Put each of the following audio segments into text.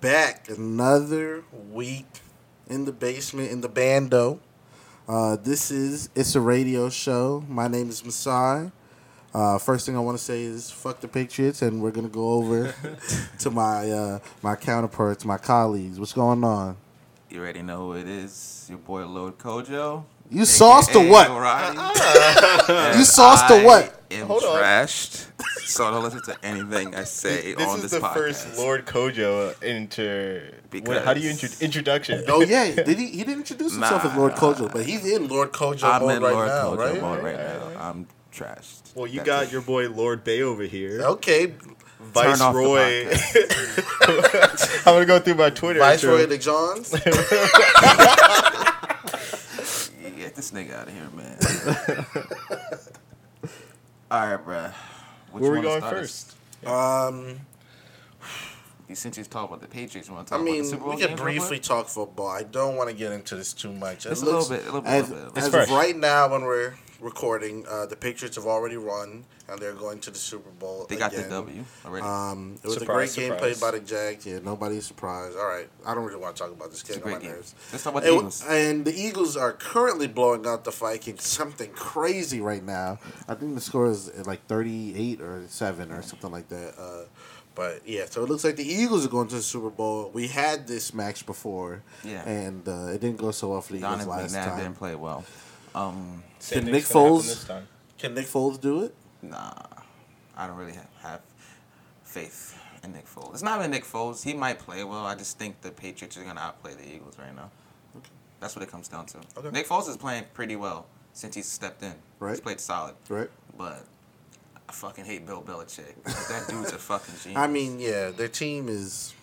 back. Another week in the basement, in the bando. Uh, this is It's a Radio Show. My name is Masai. Uh, first thing I want to say is fuck the Patriots, and we're gonna go over to my uh, my counterparts, my colleagues. What's going on? You already know who it is. Your boy Lord Kojo. You sauce to AKA what? Roddy. You sauce to I what? Am Ah. Hold on. trashed. So don't listen to anything I say This eh, on is this the podcast. first Lord Kojo inter. Because- What, how do you intro- introduction? Oh yeah, did he? He didn't introduce himself as Lord Nah. Kojo, but he's in Lord Kojo I'm mode in right Lord now, Kojo right? mode right Alright, now. alright. I'm trashed. Well, you That's got it. your boy Lord Bay over here, Okay, Turn off the Viceroy. I'm gonna go through my Twitter. Viceroy intro. the Johns. Get this nigga out of here, man. All right, bruh. What Where you we wanna going start us? first? Um, You- Since you talk about the Patriots, you want to I talk about the mean, Super Bowl we can games real quick? briefly talk football. I don't want to get into this too much. It Just a looks- little bit, a little bit, a As, little bit. as fresh. of right now, when we're recording, uh, the Patriots have already run, and they're going to the Super Bowl. They got again. the W already. Um, it was a great Surprise, game surprise. played by the Jags. Yeah, nobody's surprised. All right, I don't really want to talk about this it's game. a great on my game. nerves. Let's talk about It- the Eagles. and the Eagles are currently blowing out the Vikings. Something crazy right now. I think the score is uh, like thirty-eight or seven or something like that. Uh, but yeah, so it looks like the Eagles are going to the Super Bowl. We had this match before, Yeah. and uh, it didn't go so well for the Eagles Donovan last McNabb time. didn't play well. Um, Same Can thing's Nick gonna happen Foles- this time. Can Nick Foles do it? nah, I don't really have, have faith in Nick Foles. It's not even Nick Foles. He might play well. I just think the Patriots are gonna outplay the Eagles right now. That's what it comes down to. Okay. Nick Foles is playing pretty well since he's stepped in. Right. He's played solid. Right. But I fucking hate Bill Belichick. that dude's a fucking genius. I mean, yeah, their team is.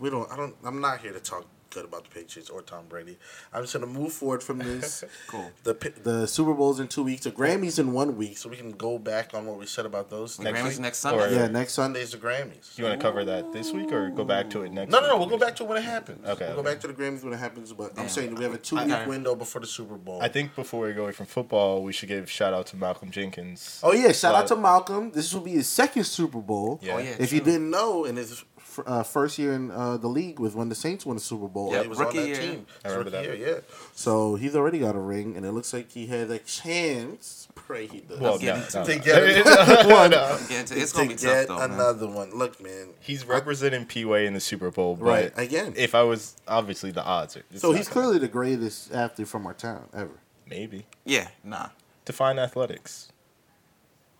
We don't. I don't. I'm not here to talk good about the Patriots or Tom Brady. I'm just gonna move forward from this. cool. The P- the Super Bowls in two weeks. The Grammys in one week, so we can go back on what we said about those. The things. Next Grammys week? next Or- Sunday. yeah, next Sunday's the Grammys. Do you want to cover that this week or go back to it next? No, no, week? no. We'll go back to when it happens. Okay, We'll go okay. back to the Grammys when it happens. But I'm Damn. saying we have a two week Okay. window before the Super Bowl. I think before we go away from football, we should give shout out to Malcolm Jenkins. Oh yeah! Shout out But- to Malcolm. This will be his second Super Bowl. Yeah. Oh yeah. If you true. didn't know, in his f- uh, first year in uh, the league was when the Saints won the Super Bowl. Yep, He was rookie on that year. team. I remember Rookie that. year, yeah. So he's already got a ring, and it looks like he had a chance. Pray he does. Well, I'm getting no, no, to- to no. get another Yeah, it's, one. it's gonna be to get tough though, man. another one. Look, man. He's representing P Way in the Super Bowl, but Right again. if I was obviously the odds are it's So not he's gonna- clearly the greatest athlete from our town ever. maybe Yeah, nah. define athletics.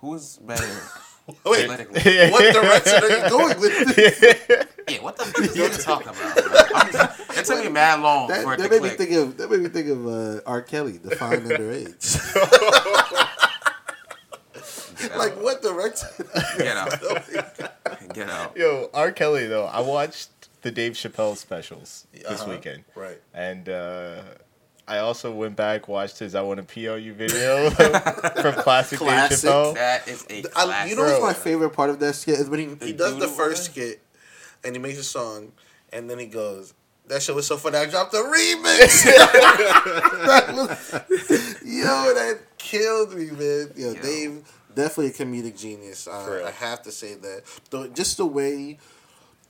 Who's better? Wait, athletically? what direction are you going with this? Yeah, what the fuck are you talking about? man? I'm- It took me mad long for That, it to that made me click. think of that made me think of uh, R. Kelly, define underage. Get like oh out. what direction? Get out. Get out. Yo, R. Kelly though, I watched the Dave Chappelle specials this Uh-huh. weekend, right. and uh, I also went back watched his "I Want to PLU" video from classic, Dave Classic. Chappelle. That is a I, classic. you know what's Bro. my favorite part of that skit is when he, he does the doodle first one? skit and he makes a song and then he goes, That shit was so funny, I dropped a remix. that was, yo, that killed me, man. Yo, Yo. Dave definitely a comedic genius. I, real. I have to say that. The, just the way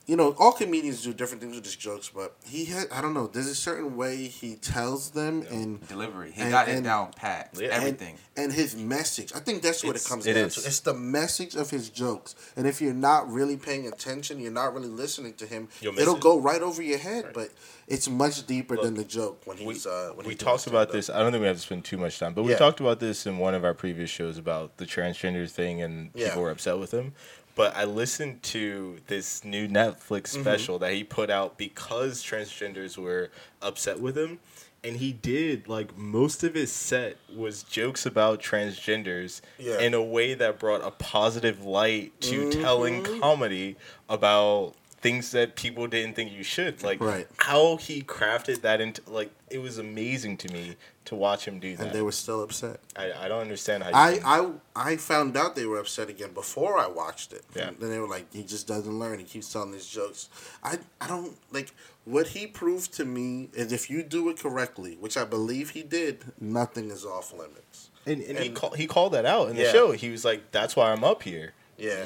you know, all comedians do different things with his jokes, but he had I don't know, there's a certain way he tells them and delivery. He And- got it and- down pat. Yeah. and- Everything. and, his message. I think that's what it It's- comes it down is. to. It's the message of his jokes, and if you're not really paying attention, you're not really listening to him. You'll miss It'll it. go right over your head, but it's much deeper than the joke when We, he's. uh, when we he's doing talked about stand-up. this. I don't think we have to spend too much time, but we Yeah. talked about this in one of our previous shows about the transgender thing and Yeah. people were upset with him. But I listened to this new Netflix Mm-hmm. special that he put out because transgenders were upset with him. And he did, like, most of his set was jokes about transgenders Yeah. in a way that brought a positive light to telling Mm-hmm. comedy about things that people didn't think you should. Like, Right. how he crafted that into like it was amazing to me to watch him do that. and they were still upset. I, I don't understand how. You I, can- I I found out they were upset again before I watched it. Yeah. And then they were like, he just doesn't learn. He keeps telling these jokes. I I don't like what he proved to me is if you do it correctly, which I believe he did, nothing is off limits. and, and, he and- call, he called that out in Yeah. the show. He was like, "That's why I'm up here." Yeah.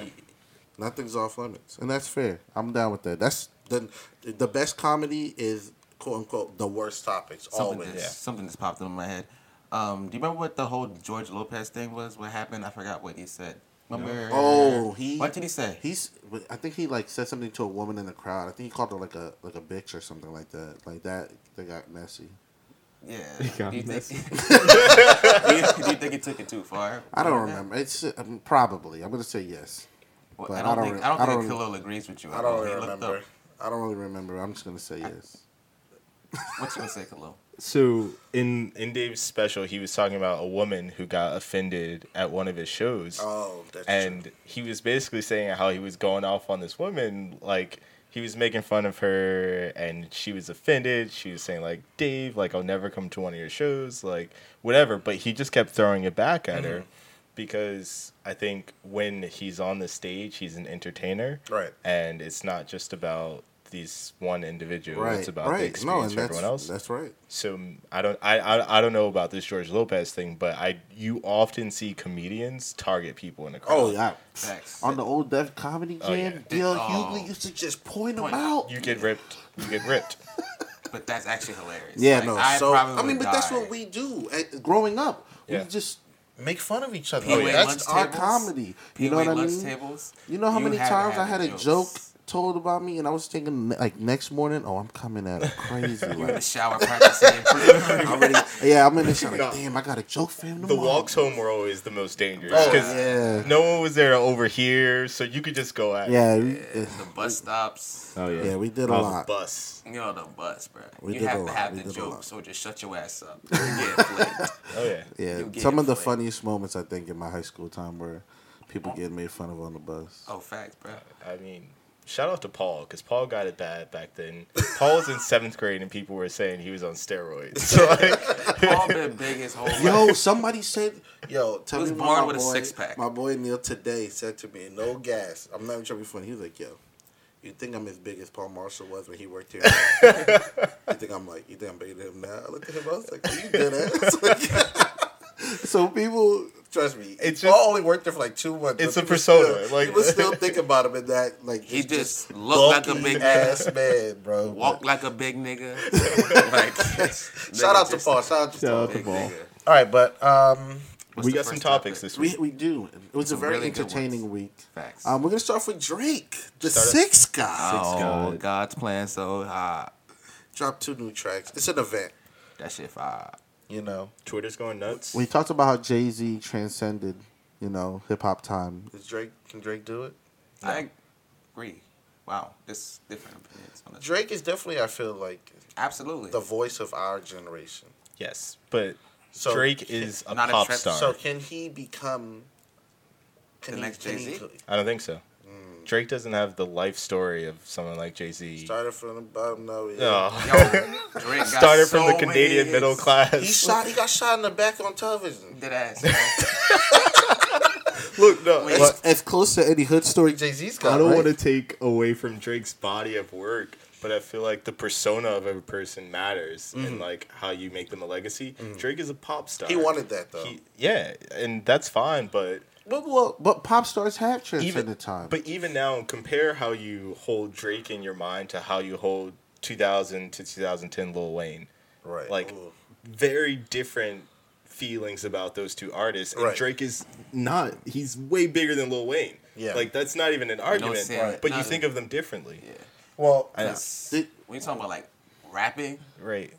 Nothing's off limits, and that's fair. I'm down with that. That's Then the best comedy is quote unquote the worst topics Something, always. just, something just popped into my head. Um, do you remember what the whole George Lopez thing was? What happened? I forgot what he said. Remember? Oh, he- What did he say? He's. I think he like said something to a woman in the crowd. I think he called her like a like a bitch or something like that. Like that. They got messy. yeah. got do, you messy. think, do, you, do you think he took it too far? I don't remember. It's um, probably. I'm gonna say yes. Well, but I, I don't don't think, re- I don't I think don't- Khalil agrees with you. I don't Oh, He really looked remember. up. I don't really remember. I'm just gonna say yes. What you gonna say, Khalil? So in in Dave's special, he was talking about a woman who got offended at one of his shows, Oh, that's and he was basically saying how he was going off on this woman, like he was making fun of her, and she was offended. She was saying like, "Dave, like I'll never come to one of your shows, like whatever." But he just kept throwing it back at her, Mm-hmm. because I think when he's on the stage, he's an entertainer, Right. And it's not just about these one individual; Right. it's about right. the experience no, and for that's, everyone else. That's right. So m- I don't I, I I don't know about this George Lopez thing, but I you often see comedians target people in the crowd. Oh yeah. Facts. On the old Def Comedy Jam, Oh, yeah. Dale Oh. Hughley used to just point them Point. out. You get ripped. You get ripped. But that's actually hilarious. Yeah, Like, no. I so probably I mean, would but that's die. what we do at, growing up. Yeah. We just make fun of each other. POA Oh, yeah, that's lunch our tables. comedy. You know POA what I lunch mean? Tables, You know how many had to times I have had the a jokes. joke told about me, and I was thinking like next morning, oh, I'm coming at it crazy. In the like, shower practicing. already, yeah, I'm in the shower. No. Like, damn, I got a joke for him The tomorrow. walks home were always the most dangerous Oh, because yeah. no one was there to overhear, so you could just go at Yeah, we, the bus stops. Oh yeah. yeah, we did a Oh, lot. bus. You know the bus, bro. We you did have a to lot, have we the did a lot. jokes, or just shut your ass up. You get flipped. Oh yeah. Yeah, You get some of the flamed. funniest moments I think in my high school time were people getting made fun of on the bus. Oh, facts, bro. I mean, shout out to Paul because Paul got it bad back then. Paul was in seventh grade and people were saying he was on steroids. So like, Paul been big his whole life. Yo, somebody said, yo, tell was me why born my with a boy- six-pack. My boy Neil today said to me, no gas. I'm not even trying to be funny. He was like, yo, you think I'm as big as Paul Marshall was when he worked here? you think I'm like, you think I'm bigger than him now? I looked at him, I was like, you did that. so people, trust me, It's it's just- Paul only worked there for like two months. It's but a people persona, Still, like- people still think about him in that, like, He just, just looked like a bulky big ass man, bro. Walk like a big nigga. like, Shout out to just Paul. Shout out to Shout Paul. out to Paul. All right, but um, What's we the got some first topics topic? this we week. we do. It was a Some very really good entertaining week. Facts. Um, we're gonna start off with Drake, the Start us- Six guy. oh, God. God's plan so hot. Dropped two new tracks. It's an event, That shit fire. you know. Twitter's going nuts. We talked about how Jay Z transcended, you know, hip hop time. Is Drake can Drake do it? I agree. Wow, this different opinions on this. Drake is definitely, I feel like, Absolutely. the voice of our generation. Yes, but So- Drake is a Not a pop trap- star. So can he become? Can The he- next can he- Jay-Z? I don't think so. Mm. Drake doesn't have the life story of someone like Oh. Jay Z. Started from the bottom, now he- Yo, No, Drake got started so from the many Canadian hits. middle class. He shot. He got shot in the back on television. Dead ass. man. Look, no, Wait. but It's as close to Eddie Hood story Jay Z's got. I don't right? want to take away from Drake's body of work, but I feel like the persona of a person matters and like how you make them a legacy. Drake is a pop star. He wanted that though. He- yeah, and that's fine, but but well, but pop stars have transcended even time. But even now, compare how you hold Drake in your mind to how you hold 2000 to 2010 Lil Wayne. right, like Ooh. very different feelings about those two artists. And Right. Drake is not; he's way bigger than Lil Wayne. Yeah. like that's not even an argument. sin, Right. But you nothing. think of them differently. Yeah. well, I- That's- Did- when you talking about like rapping, Right.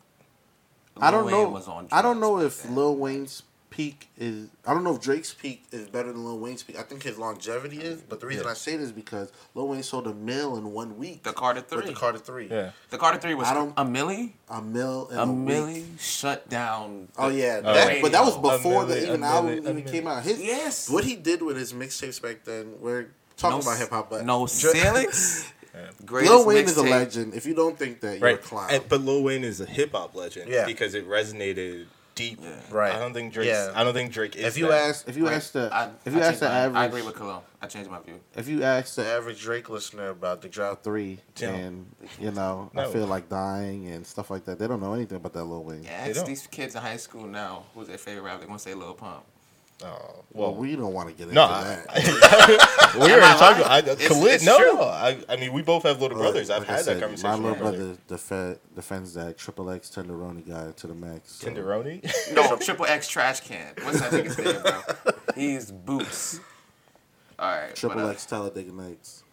I don't Lil know. Wayne was on I don't drugs know back if then. Lil Wayne's peak is. I don't know if Drake's peak is better than Lil Wayne's peak. I think his longevity is. But the reason Yeah. I say this is because Lil Wayne sold a mil in one week. The Carter With Three. the Carter Three. Yeah. the Carter Three was I don't- a milli, A mil in a a, milli week. shut down. the- Oh yeah, Oh, that, yeah. but that was radio. before A the milli- even a album milli- a even came milli. out. His Yes. what he did with his mixtapes back then. We're talking about s- hip hop, but no Dra- ceilings. Greatest Lil Wayne is a mixtape. legend. If you don't think that, you're a Right. clown. And, but Lil Wayne is a hip hop legend. Yeah. Because it resonated deep. Yeah. Right. I don't think Drake. Yeah. I don't think Drake is. if you that. ask, if you Right. ask the, I- if you I ask changed the my- average, I agree with Cologne. I changed my view. if you ask the average Drake listener about the drought three, Yeah. and you know, No. I feel like dying and stuff like that. They don't know anything about that Lil Wayne. Yeah, ask don't. these kids in high school now who's their favorite rapper. They're gonna say Lil Pump. Oh, Well, we don't want to get into No, I, that. I- Am we already I talked. I, lying? It's- Khalid, it's no, true. no. I, I mean, we both have little But brothers. I've like I had said, that My conversation. little already. brother defe- defends that triple X tenderoni guy to the max. so- Tenderoni. No, triple X trash can. What's that nigga's name, bro? He's Boots. All right. Triple but, uh, X Talladega Nights.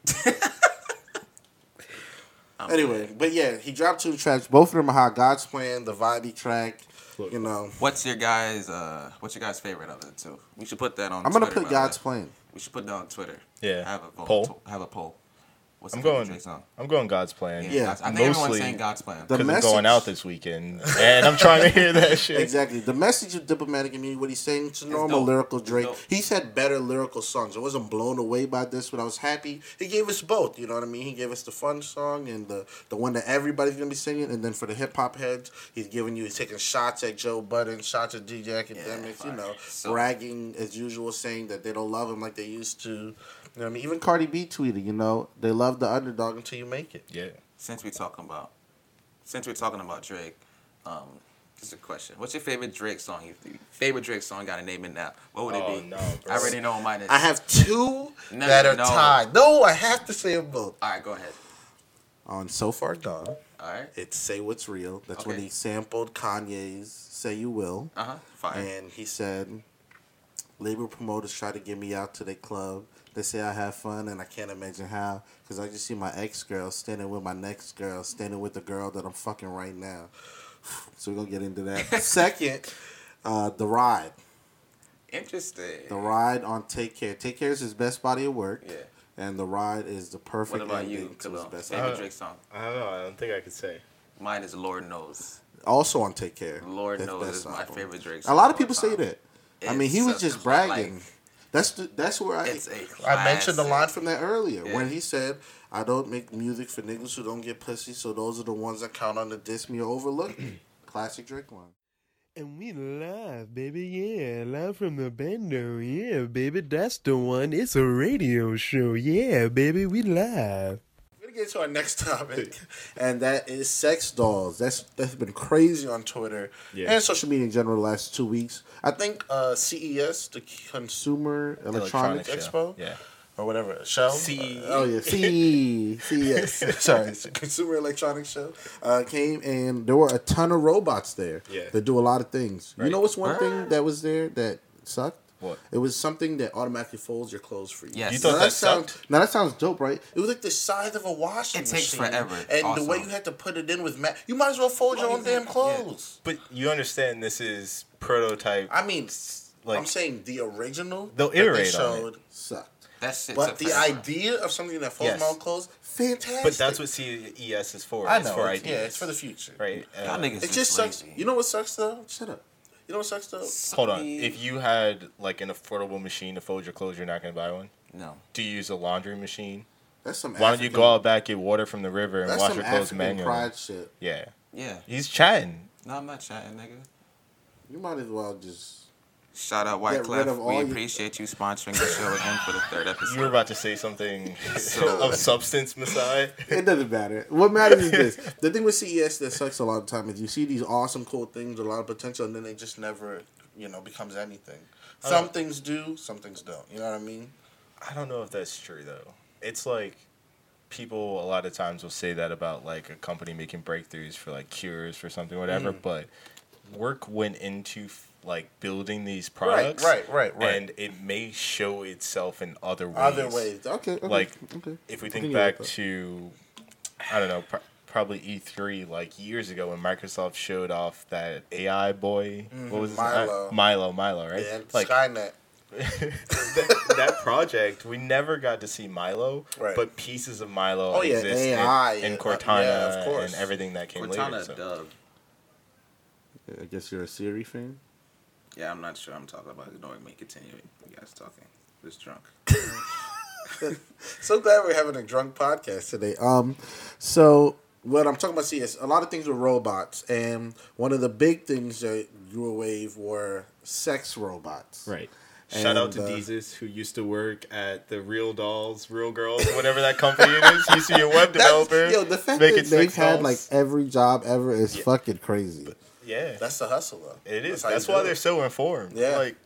anyway, but yeah, he dropped two tracks. Both of them are hot. God's Plan, the Vody track. Look. You know, What's your guys? Uh, what's your guys' favorite of it too? We should put that on. I'm gonna Twitter, put by the way. God's Plan. We should put that on Twitter. Yeah. Have a vote. Poll. Have a poll. What's I'm the favorite going. Drake song? I'm going God's plan. Yeah, God's- I think everyone's mostly- saying God's plan. The- Because I'm message- going out this weekend, and I'm trying to hear that shit. Exactly. The message of diplomatic immunity, what he's saying, it's normal dope. lyrical It's Drake. dope. He's had better lyrical songs. I wasn't blown away by this, but I was happy. He gave us both. You know what I mean? He gave us the fun song and the the one that everybody's gonna be singing, and then for the hip hop heads, he's giving you he's taking shots at Joe Budden, shots at DJ Academics. you fire. know, So- bragging as usual, saying that they don't love him like they used to. You know what I mean? Even Cardi B tweeted, you know, they love the underdog until you make it. Yeah. Since we're talking about, since we're talking about Drake, um, just a question. What's your favorite Drake song? You favorite Drake song? Got to name it now. What would it Oh, be? no, bro. I already know what mine is. I have two No, that are no. tied. No, I have to say them both. All right, go ahead. On So Far Gone. All right. It's Say What's Real. That's when Okay. he sampled Kanye's Say You Will. Uh huh. Fine. And he said, label promoters try to get me out to their club. They say I have fun, and I can't imagine how, because I just see my ex girl standing with my next girl, standing with the girl that I'm fucking right now. So we're going to get into that. Second, uh, The Ride. Interesting. The Ride on Take Care. Take Care is his best body of work. Yeah. And The Ride is the perfect What about ending you, to his Khalil? best. Favorite Uh, Drake song? I don't know. I don't think I could say. Mine is Lord Knows. Also on Take Care. Lord His Knows best is my album. favorite Drake A song. lot of all people say time. that. I mean, he It's was a just cla- bragging. like, that's the, that's where I it's a I mentioned the line classic. from that earlier when Yeah. he said, "I don't make music for niggas who don't get pussy, so those are the ones that count on the diss me or overlook." me." Classic Drake line. And we live, baby, yeah, live from the bando, yeah, baby, that's the one. It's a radio show, yeah, baby, we live. We're gonna get to our next topic, and that is sex dolls. That's that's been crazy on Twitter Yeah. and social media in general the last two weeks. I think uh, CES, the Consumer Electronics, Expo, Yeah. or whatever show. CE. Uh, oh yeah, CE, CES. Sorry, it's a Consumer Electronics Show uh, came and there were a ton of robots there. Yeah. that do a lot of things. You Right. know what's one Ah. thing that was there that sucked? What? It was something that automatically folds your clothes for you. Yes. You thought Now that sounds sucked? now that sounds dope, right? It was like the size of a washing. It takes machine, forever, And also. the way you had to put it in with mat, you might as well fold your Well, own damn yeah. clothes. But you understand this is prototype. I mean, s- Like- I'm saying the original. They'll that they iterate on it. Sucked. That shit. But took the forever. idea of something that folds Yes. my own clothes, fantastic. but that's what CES is for. I It's know. for it's- ideas. yeah, it's for the future. right. Uh, Y'all niggas It just sucks. lazy. You know what sucks though? Shut up. You know what sucks though? Hold on. If you had like an affordable machine to fold your clothes, you're not gonna buy one. no, Do you use a laundry machine? That's some. Why don't you African- go out back, get water from the river, and That's wash some your clothes African manually? pride shit. Yeah. yeah, He's chatting. no, I'm not chatting, nigga. You might as well just. Shout out Get White rid Cliff. of all We your- appreciate you sponsoring the show again for the third You were episode. about to say something So- of substance, Masai. It doesn't matter. What matters is this: the thing with CES that sucks a lot of time is you see these awesome, cool things, a lot of potential, and then it just never, you know, becomes anything. Some Uh, things do, some things don't. You know what I mean? I don't know if that's true though. It's like people a lot of times will say that about like a company making breakthroughs for like cures for something whatever, Mm. but work went into f- like building these products, right, right, right. and it may show itself in other ways. Other ways. Okay. okay, Like, okay. if we I think can get back with that. to, I don't know, pr- probably E three like years ago when Microsoft showed off that AI boy, what was his name? Mm-hmm. Milo. Milo, Milo, right? yeah, like Skynet. that, that project, we never got to see Milo, Right. but pieces of Milo Oh, yeah, exist AI, in, in uh, Cortana yeah, of course. and everything that came later. Cortana so- Dove. I guess you're a Siri fan. Yeah, I'm not sure. I'm talking about ignoring me. Continuing, you guys talking. Just drunk. So glad we're having a drunk podcast today. Um, so what I'm talking about, see, is a lot of things with robots, and one of the big things that grew a wave were sex robots. Right. Shout out to And, uh, Deezus, who used to work at the Real Dolls, Real Girls, whatever that company it is. He used to be a web That's, developer. yo, the fact making that they've sex had dolls. like every job ever is fucking crazy. yeah, That's the hustle, though. it is. how you That's do why it. they're so informed. Yeah. Like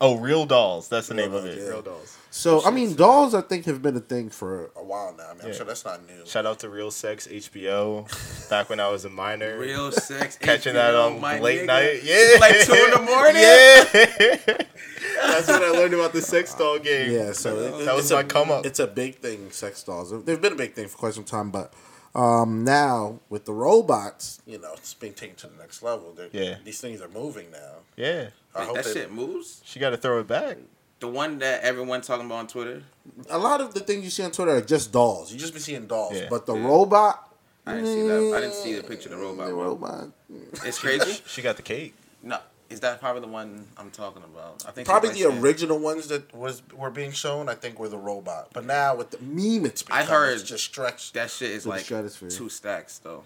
oh, Real Dolls. That's the Real name of Dolls, it. yeah. Real Dolls. So I mean, dolls I think have been a thing for a while now. I mean, I'm Yeah. sure that's not new. Shout out to Real Sex HBO. back when I was a minor, Real sex. HBO, catching that on my late nigga. night. Yeah, Like two in the morning. Yeah, that's when I learned about the sex doll game. Yeah, so it- that was it's a- my come up. It's a big thing, sex dolls. They've been a big thing for quite some time, but um, now with the robots, you know, it's being taken to the next level. They're, Yeah. these things are moving now. Yeah, I Wait, hope that they- shit moves. she got to throw it back. The one that everyone talking about on Twitter. A lot of the things you see on Twitter are just dolls. You just be seeing dolls, Yeah. but the Yeah. robot. I didn't see that. I didn't see the picture of the robot. The one. robot. It's crazy. She got the cake. no, is that probably the one I'm talking about? I think she Probably likes the it. original ones that was were being shown, I think, were the robot. But now with the meme, it's I become, heard- it's just stretched. That shit is The like stratosphere. two stacks though.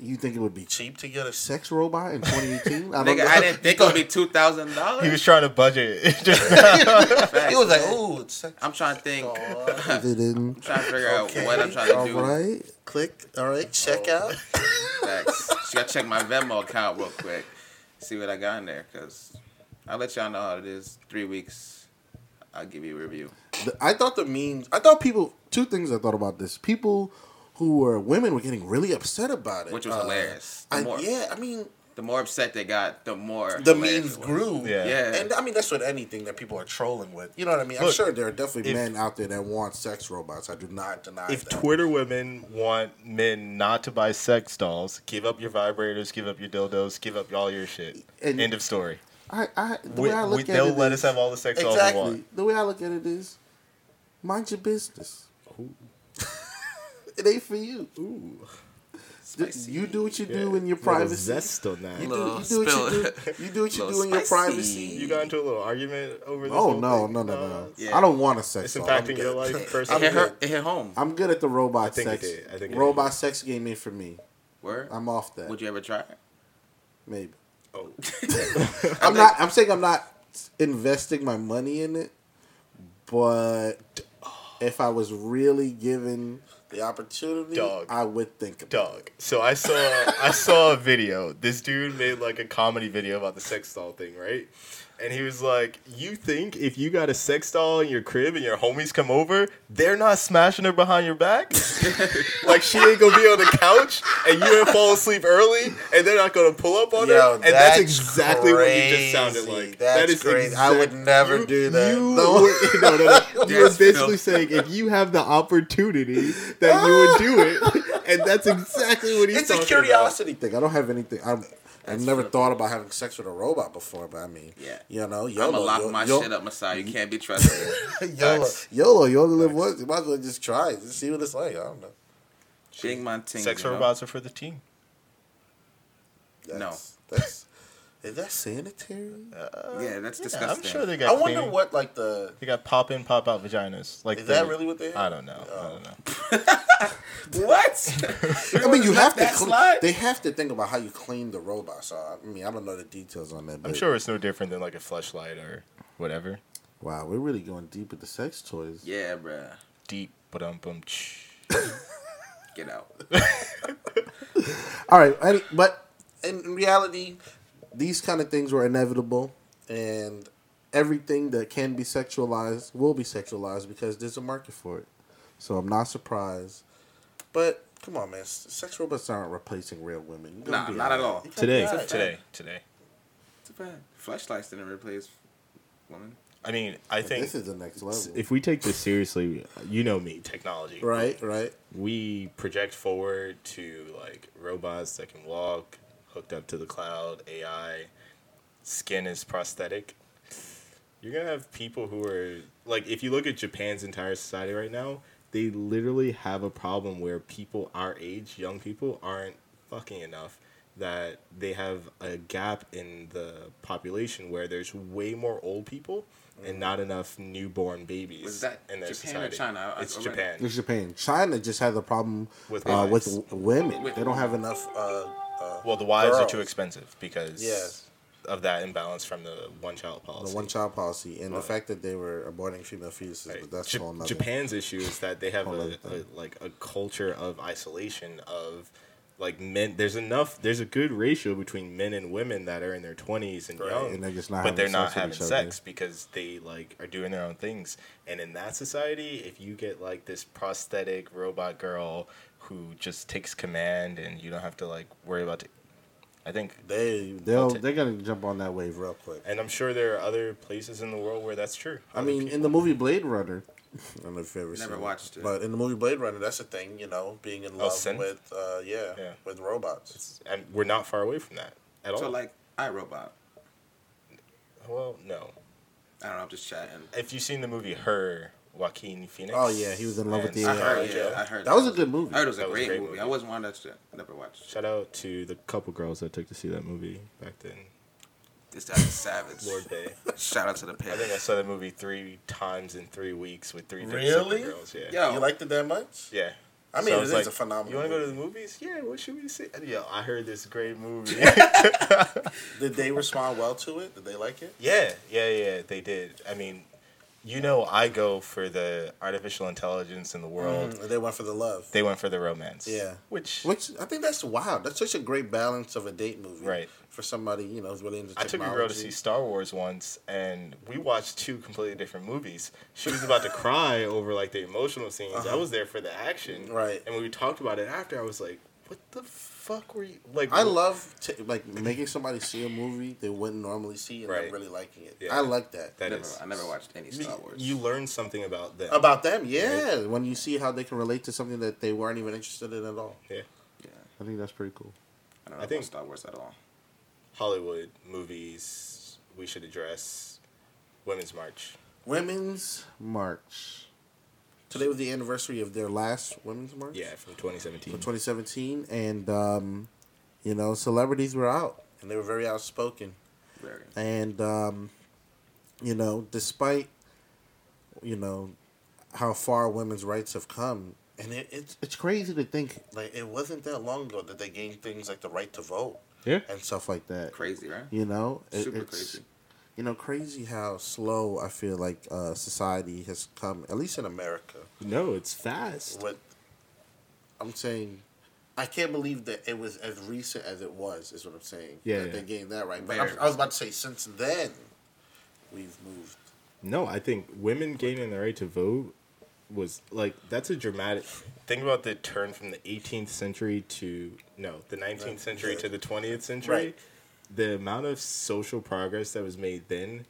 You think it would be cheap Cheap to get a sex robot in 2018? I Nigga, I didn't think it would be two thousand He dollars. was trying to budget. He was like, "Ooh, it's sex." I'm trying to think. I'm didn't. trying to figure Okay. out what I'm trying to All do. right. Click. All right. Oh. Check out. Facts. Just gotta check my Venmo account real quick, see what I got in there, cause I'll let y'all know how it is. Three weeks, I'll give you a review. The- I thought the memes. I thought people. Two things I thought about this. People who were women were getting really upset about it, Which was Uh, hilarious. The I, more, yeah, I mean, the more upset they got, the more the hilarious memes it was. grew. Yeah. Yeah, And uh, I mean, that's what anything that people are trolling with. You know what I mean? I'm Look, sure there are definitely if- men out there that want sex robots. I do not deny if that. Twitter women want men not to buy sex dolls, give up your vibrators, give up your dildos, give up all your shit. And- End of story. I, I, the We- way I we- look at they'll it let is- us have all the sex dolls we Exactly. want. The way I look at it is, mind your business. it ain't for you. Ooh, Spicy. You do what you do in your privacy. Zest on that. You You, do, Little you do what you spill. do. You do what you Little do in your spicy. privacy. got into a little argument over this. Oh whole no, thing? no, no, Uh, no! yeah. I don't want a sex. It's doll. I'm impacting your good. life it personally. hit, her, it hit home. I'm good at the robot think it sex. did. I think it robot sex game ain't for me. Word. I'm off that. Would you ever try it? Maybe. Oh. I'm not. I'm saying I'm not investing my money in it, but if I was really given the opportunity, Dog. I would think about it. Dog. So I saw I saw a video. This dude made like a comedy video about the sex doll thing, right? And he was like, "You think if you got a sex doll in your crib and your homies come over, they're not smashing her behind your back? like she ain't gonna be on the couch and you ain't fall asleep early and they're not gonna pull up on her." Yo, And that's, that's exactly what you just sounded crazy. like. That's that is crazy. I would never you- do that. You, No. would- no, no, no. You were That's basically filth. saying if you have the opportunity that you would do it, and that's exactly what he's It's a talking curiosity thing. I don't have anything. I'm, I've That's never true. thought about having sex with a robot before, but I mean, Yeah. you know, YOLO. I'm gonna lock yo- my yo- shit up, Messiah. You can't be trusted. YOLO, Facts. YOLO, you only live once. You might as well just try it. Just see what it's like. I don't know. Big my ting. Sex you know? robots are for the team. That's, No. That's, is that sanitary? Yeah, that's Yeah, disgusting. I'm sure they I got. wonder cleaning. what, like, the. they got pop in, pop out vaginas. Like Is the- that really what they I have? Oh. don't know. I don't know. What? I mean, you have to. that Clean, slide? they have to think about how you clean the robot. So I mean, I don't know the details on that. But I'm sure it's no different than like a fleshlight or whatever. Wow, we're really going deep with the sex toys. yeah, bruh. Deep, but um, bum. Get out. All right, any, but in in reality, these kind of things were inevitable, and everything that can be sexualized will be sexualized because there's a market for it. So I'm not surprised. But come on, man, s- sex robots aren't replacing real women. You're gonna Nah, be not at all. You're gonna Today, be all right. today, today. Too bad. Flashlights didn't replace women. I mean, I But think this is the next level. if we take this seriously, you know me, technology, right, right. we project forward to like robots that can walk, hooked up to the cloud, AI, skin is prosthetic. You're gonna have people who are like, if you look at Japan's entire society right now, they literally have a problem where people our age, young people, aren't fucking enough. That they have a gap in the population where there's way more old people and not enough newborn babies Mm. Was that in Japan their or society. China? I- It's I read- Japan. It's Japan. China just had the problem with With uh, with wives. w- women. With- they don't have enough. Uh, uh, Well, the wives girls. are too expensive because Yes. of that imbalance from the one child policy. The one child policy and the fact that they were aborting female fetuses, Right. but that's Ja- all another. Japan's issue is that they have Whole a, nother a- like a culture of isolation of like men there's enough there's a good ratio between men and women that are in their 20s and Right, young and they're just not but they're having not sex with having each other. sex because they like are doing their own things and in that society if you get like this prosthetic robot girl who just takes command and you don't have to like worry about it i think They they'll Okay. they're gonna jump on that wave real quick. and i'm sure there are other places in the world where that's true I mean, in the movie Blade Runner, I don't know if you've ever Never seen watched it. but in the movie Blade Runner, that's a thing. You know, being in love Oh, Synth? with uh, yeah, Yeah. with robots. and we're not far away from that at all So like iRobot. well no I don't know. I'm just chatting. if you've seen the movie her joaquin phoenix Oh, yeah, he was in love with and the, I Yeah, heard. Scarlett Yeah, Jo- I heard. That was a good movie. I heard it was a That was great a great movie. movie. I wasn't watched that shit. I never watched. Shout out to the couple girls that took to see that movie back then. This guy's a savage. Lord Day. Shout out to the I think I parents. saw that movie three times in three weeks with three different Really? girls. Yeah. Yo. You liked it that much? Yeah. I mean, it it was is a phenomenal You want to go to movie." the movies? Yeah. What should we see? Yo, I heard this great movie. Did they respond well to it? Did they like it? Yeah, yeah, yeah, they did. I mean, you know, I go for the artificial intelligence in the world. Mm, They went for the love. They went for the romance. Yeah. Which, Which I think that's wild. That's such a great balance of a date movie, Right. For somebody you know who's really into I technology. took a girl to see Star Wars once, and we watched two completely different movies. She was about to cry over like the emotional scenes. I was there for the action, Uh-huh. Right. And when we talked about it after, I was like, "What the fuck were you like?" I wh- love t- like making somebody see a movie they wouldn't normally see and Right. them really liking it. Yeah. I like that. that Never, is- I never watched any You- Star Wars. You learn something about them. About them, yeah. When you see how they can relate to something that they weren't even interested in at all, yeah. Yeah. I think that's pretty cool. I don't I know think- about Star Wars at all. Hollywood movies. We should address Women's March. Women's March. Today was the anniversary of their last Women's March. Yeah, from 2017. from 2017, and um, you know, celebrities were out and they were very outspoken. Very. and um, you know, despite you know how far women's rights have come, and it, it's it's crazy to think like it wasn't that long ago that they gained things like the right to vote yeah. and stuff like that. Crazy, right? You know, It- Super it's- crazy. You know, crazy how slow I feel like uh, society has come, at least in America. No, it's fast. What I'm saying. I can't believe that it was as recent as it was. Is what I'm saying. Yeah, that yeah. they gained that right. But Very. I, I was about to say, since then, we've moved. No, I think women gaining the right to vote was like that's a dramatic. Think about the turn from the 18th century to no, the 19th century to the 20th century. Right. The amount of social progress that was made then,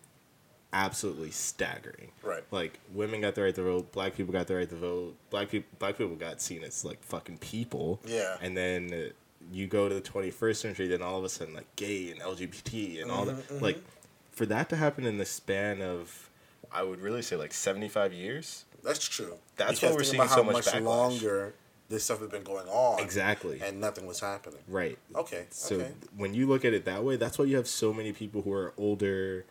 absolutely staggering. Right. Like women got the right to vote, black people got the right to vote, black people black people got seen as like fucking people. Yeah. And then uh, you go to the 21st century, then all of a sudden like gay and LGBT and all that Mm-hmm, like for that to happen in the span of I would really say like 75 years. That's true. That's Because why we're think seeing about so how much backlash. longer this stuff has been going on. Exactly. And nothing was happening. Right. Okay. So Oh, okay. when you look at it that way, that's why you have so many people who are older,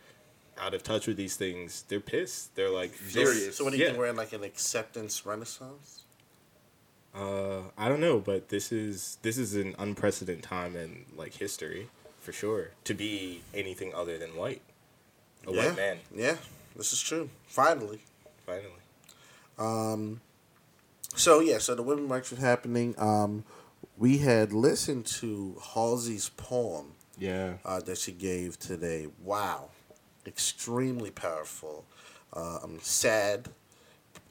out of touch with these things. They're pissed. They're like Furious. So what do you yeah. think we're in like an acceptance renaissance? Uh, I don't know, but this is this is an unprecedented time in like history for sure to be anything other than white, a yeah. white man. Yeah. This is true. Finally. Finally, So yeah, so the women march was happening. Um, we had listened to Halsey's poem yeah. uh, that she gave today. Wow, extremely powerful, um, sad,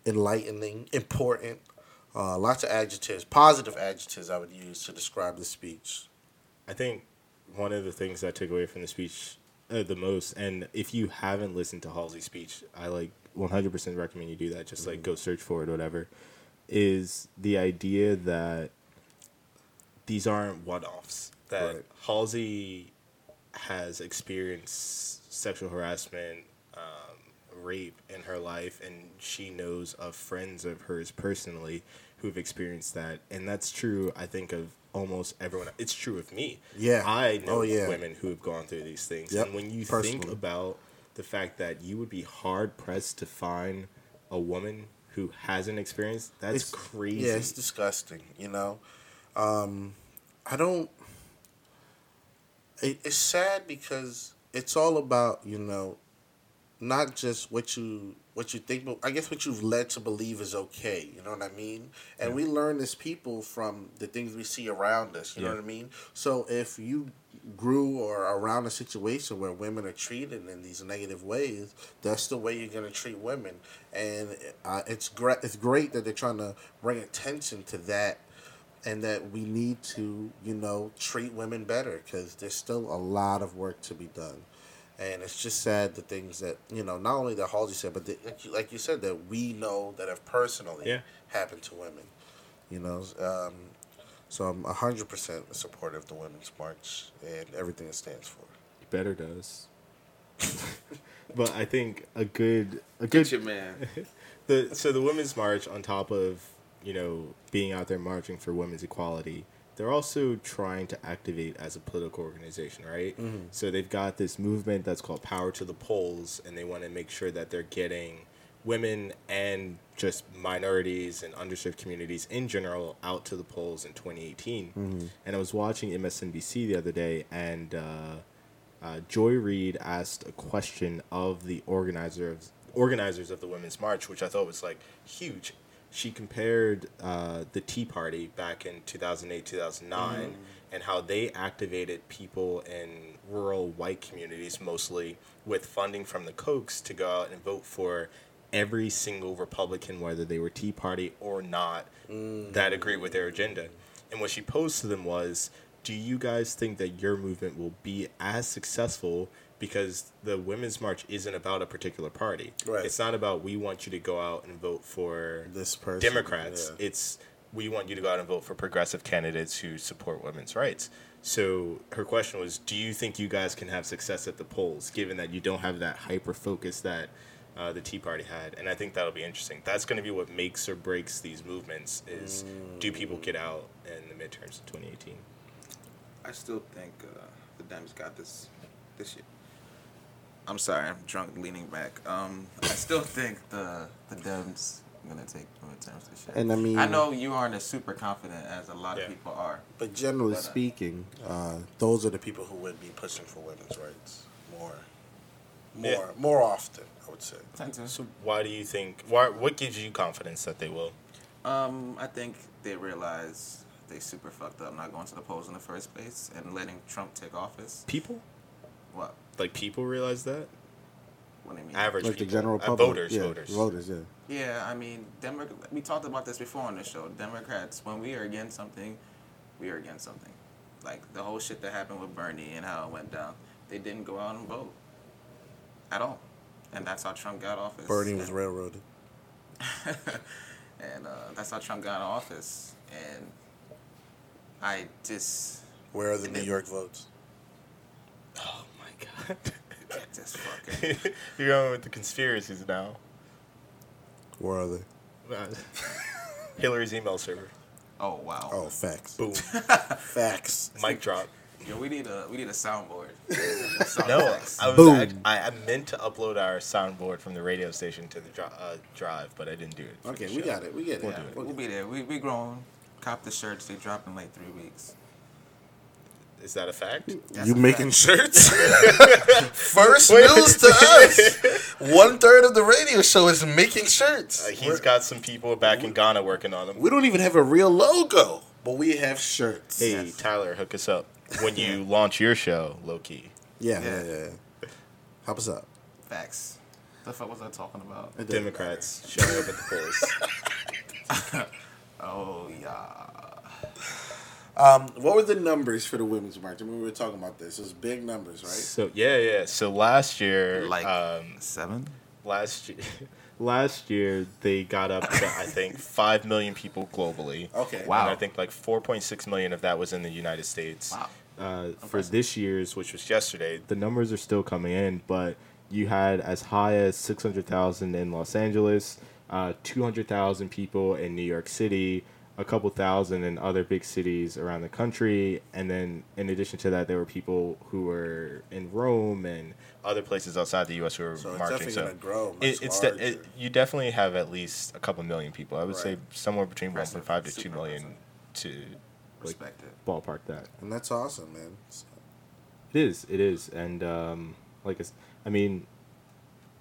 enlightening, important. Uh, lots of adjectives, positive adjectives I would use to describe the speech. I think one of the things I took away from the speech uh, the most, and if you haven't listened to Halsey's speech, I like 100% recommend you do that. Just like go search for it, or whatever. Is the idea that these aren't one offs, that Right. Halsey has experienced sexual harassment, um, rape in her life, and she knows of friends of hers personally who've experienced that. And that's true, I think, of almost everyone. It's true of me. Yeah. I know Oh, yeah. women who have gone through these things. Yep, And when you think personally. about the fact that you would be hard pressed to find a woman who hasn't experienced, that's crazy. Yeah, it's disgusting. You know, um, I don't. It, it's sad because it's all about you know not just what you what you think, but I guess what you've led to believe is okay. You know what I mean? And we learn as people from the things we see around us. You know Yeah. what I mean? So if you grew or around a situation where women are treated in these negative ways, that's the way you're going to treat women. And uh, it's great. It's great that they're trying to bring attention to that and that we need to, you know, treat women better because there's still a lot of work to be done. And it's just sad the things that, you know, not only that Halsey said, but the, like, you, like you said, that we know that have personally Yeah. happened to women, you know. Um, so I'm 100% supportive of the Women's March and everything it stands for. Better does. but I think a good a good Get your man. the so the women's march on top of you know being out there marching for women's equality they're also trying to activate as a political organization right so they've got this movement that's called power to the polls and they want to make sure that they're getting women and just minorities and underserved communities in general out to the polls in 2018 and i was watching msnbc the other day and uh, uh, Joy Reid asked a question of the organizer of, organizers of the Women's March, which I thought was like huge. She compared uh, the Tea Party back in 2008, 2009, and how they activated people in rural white communities mostly with funding from the Kochs to go out and vote for every single Republican, whether they were Tea Party or not, that agreed with their agenda. And what she posed to them was, do you guys think that your movement will be as successful because the women's march isn't about a particular party Right. it's not about we want you to go out and vote for This person, democrats yeah. it's we want you to go out and vote for progressive candidates who support women's rights so her question was do you think you guys can have success at the polls given that you don't have that hyper focus that uh, the tea party had and i think that'll be interesting that's going to be what makes or breaks these movements is do Mm. people get out in the midterms of 2018 I still think uh, the Dimes got this this year. I'm sorry, I'm drunk, leaning back. Um, I still think the the Dems are gonna take the midterms this year. And I mean- I know you aren't as super confident as a lot Yeah. of people are. But generally But, uh, speaking, uh, those are the people who would be pushing for women's rights more, more, Yeah. more often. I would say. Tend to. So why do you think? Why? What gives you confidence that they will? Um, I think they realize they super fucked up not going to the polls in the first place and letting Trump take office. People What? like people realize that What do you mean? average Like the people, general uh, public, voters, yeah, voters. voters, yeah. Yeah, I mean, Demo- we talked about this before on the show. Democrats, when we are against something, we are against something. Like the whole shit that happened with Bernie and how it went down, they didn't go out and vote at all, and that's how Trump got office. Bernie was And- railroaded. and uh, that's how Trump got in office. And I just, Where are the New York votes? Oh my I just fucking. god! You're going with the conspiracies now. Where are they? Uh, Hillary's email server. Oh wow. Oh, facts. Boom. Facts. Mic drop. Yo, we need a we need a soundboard. No, I was. Boom. act- I, I meant to upload our soundboard from the radio station to the dri- uh, drive, but I didn't do it. for Okay, the we show. got it. We get it. We'll Yeah, do it. we'll We'll get be there. We we grown. Cop the shirts. They drop in like three weeks. Is that a fact? You a making fact. shirts? First Wait. news to us. One third of the radio show is making shirts. Uh, he's got some people back in Ghana working on them. we don't even have a real logo, but we have shirts. Hey, Tyler, hook us up when you launch your show, low key. Yeah, Yeah. yeah, yeah. yeah. Help us out. Facts. The fuck was I talking about? It doesn't Democrats showing up at the polls. Oh yeah. Um, what were the numbers for the women's march? I mean, we were talking about this. It was big numbers, right? so yeah, yeah. So last year, Like um, seven. last year, last year they got up to I think five million people globally. Okay. Wow. And I think like 4.6 million of that was in the United States. Wow. Uh, for this year's, which was yesterday, the numbers are still coming in, but you had as high as 600,000 in Los Angeles, uh, 200,000 people in New York City, a couple thousand in other big cities around the country. And then in addition to that, there were people who were in Rome and other places outside the U.S. who were So it's marching. definitely so gonna grow it- much it's de- it, larger. you definitely have at least a couple million people. I would say Right. somewhere between Impressive. 1.5 to 2 Super million to like, Respect it. ballpark that. And that's awesome, man. It is. It is. And um, like I, s- I mean,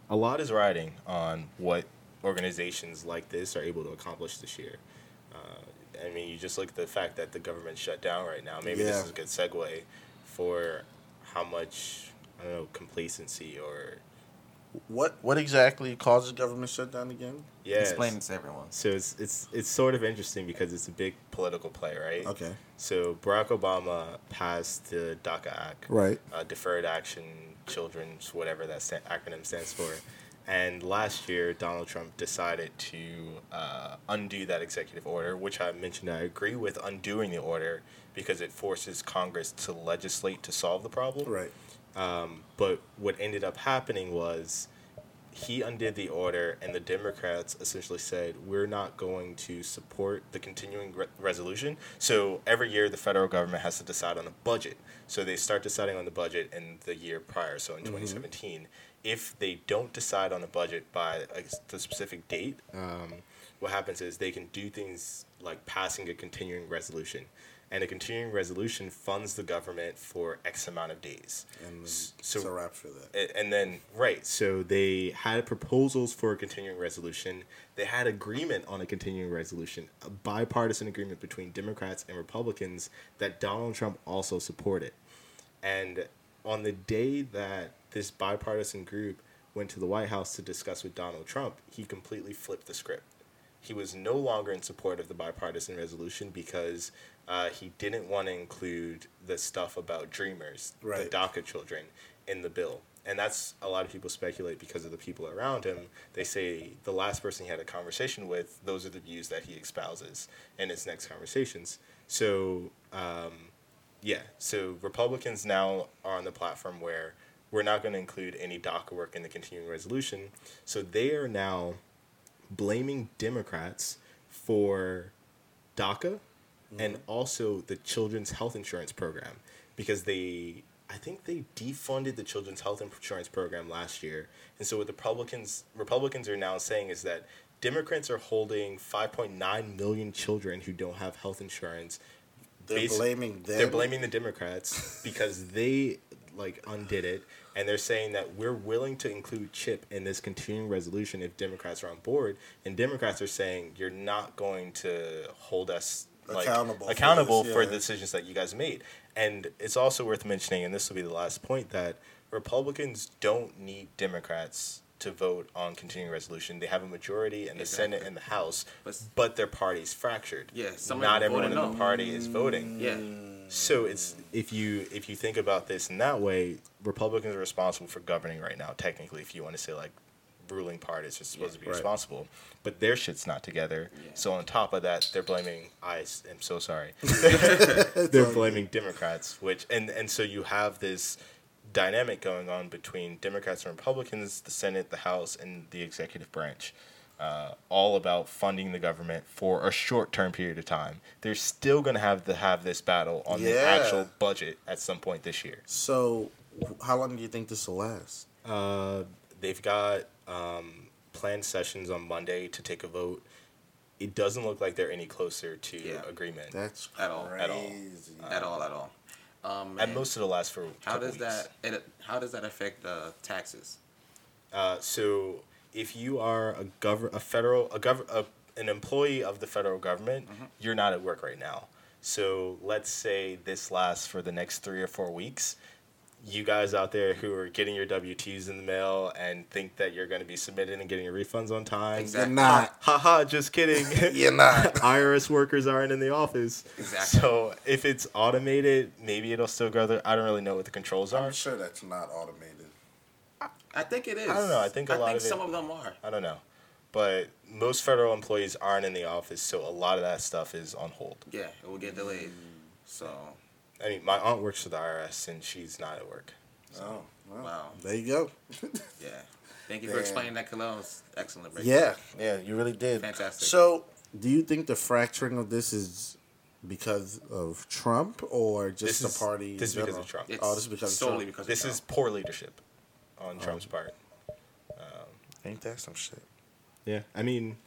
a lot is riding on what organizations like this are able to accomplish this year. Uh, I mean, you just look at the fact that the government shut down right now. Maybe Yeah. this is a good segue for how much I don't know complacency or What what exactly causes government shutdown again? yeah. Explain it to everyone. So it's it's it's sort of interesting because it's a big political play, right? Okay. So Barack Obama passed the DACA Act, Right. uh, Deferred Action Children's whatever that sta- acronym stands for. And last year, Donald Trump decided to uh, undo that executive order, which I mentioned I agree with undoing the order because it forces Congress to legislate to solve the problem. Right. But what ended up happening was he undid the order, and the Democrats essentially said, We're not going to support the continuing re- resolution. So every year, the federal government has to decide on a budget. So they start deciding on the budget in the year prior, so in 2017. If they don't decide on a budget by like, the specific date, um, what happens is they can do things like passing a continuing resolution. And a continuing resolution funds the government for X amount of days. And S- so, it's a wrap for that. a- and then right so they had proposals for a continuing resolution they had agreement on a continuing resolution a bipartisan agreement between democrats and republicans that donald trump also supported and on the day that this bipartisan group went to the white house to discuss with donald trump he completely flipped the script he was no longer in support of the bipartisan resolution because uh, he didn't want to include the stuff about dreamers, Right. the DACA children, in the bill. And that's a lot of people speculate because of the people around him. They say the last person he had a conversation with, those are the views that he espouses in his next conversations. So um, yeah, so Republicans now are on the platform where we're not going to include any DACA work in the continuing resolution. So they are now blaming Democrats for DACA and Mm-hmm. also the Children's Health Insurance Program because they, I think they defunded the Children's Health Insurance Program last year. And so what the Republicans Republicans are now saying is that Democrats are holding 5.9 million children who don't have health insurance They're basi- blaming them. They're blaming the Democrats because they like undid it, and they're saying that we're willing to include Chip in this continuing resolution if Democrats are on board, and Democrats are saying you're not going to hold us like, Accountable accountable for this, for yeah. the decisions that you guys made. And it's also worth mentioning, and this will be the last point that Republicans don't need Democrats. To vote on continuing resolution, they have a majority in the Exactly. Senate and the House, but, But- their party's fractured. Yeah, some of not them everyone in voted no. the party is voting. Yeah. Mm. So it's if you if you think about this in that way, Republicans are responsible for governing right now. Technically, if you want to say like ruling parties are supposed to be right. responsible, but their shit's not together. Yeah. So on top of that, they're blaming. I s- am so sorry. They're blaming Democrats, which and and so you have this dynamic going on between Democrats and Republicans, the Senate, the House, and the executive branch, uh, all about funding the government for a short term period of time. They're still going to have to have this battle on the Yeah. actual budget at some point this year. So, wh- how long do you think this will last? Uh, they've got um, planned sessions on Monday to take a vote. It doesn't look like they're any closer to Yeah. agreement. That's crazy. At all, at all. Uh, At all, at all. Um, At and most, it'll last for. a how couple does weeks. that it, how does that affect uh, taxes? Uh, so if you are a gov- a federal a gov- a, an employee of the federal government, Mm-hmm. you're not at work right now. So let's say this lasts for the next three or four weeks. You guys out there who are getting your W twos in the mail and think that you're going to be submitting and getting your refunds on time, Exactly. You're not. haha, just kidding. You're not. IRS workers aren't in the office. Exactly. So if it's automated, maybe it'll still go there. I don't really know what the controls are. I'm sure that's not automated. I think it is. don't know, I think a lot of it- some of them are. I don't know. But most federal employees aren't in the office, so a lot of that stuff is on hold. Yeah, it will get delayed. Mm. So I mean, my aunt works for the IRS and she's not at work. Oh, well, Wow. There you go. yeah, thank you for Man. explaining that. Cologne's excellent. breakdown. Yeah, yeah, you really did. Fantastic. So, do you think the fracturing of this is because of Trump or just This the is- party? in this is because of general? Trump. It's Oh, this is because of solely Trump. because of This Trump. is poor leadership on Trump's part. Ain't that some shit? Yeah, I mean,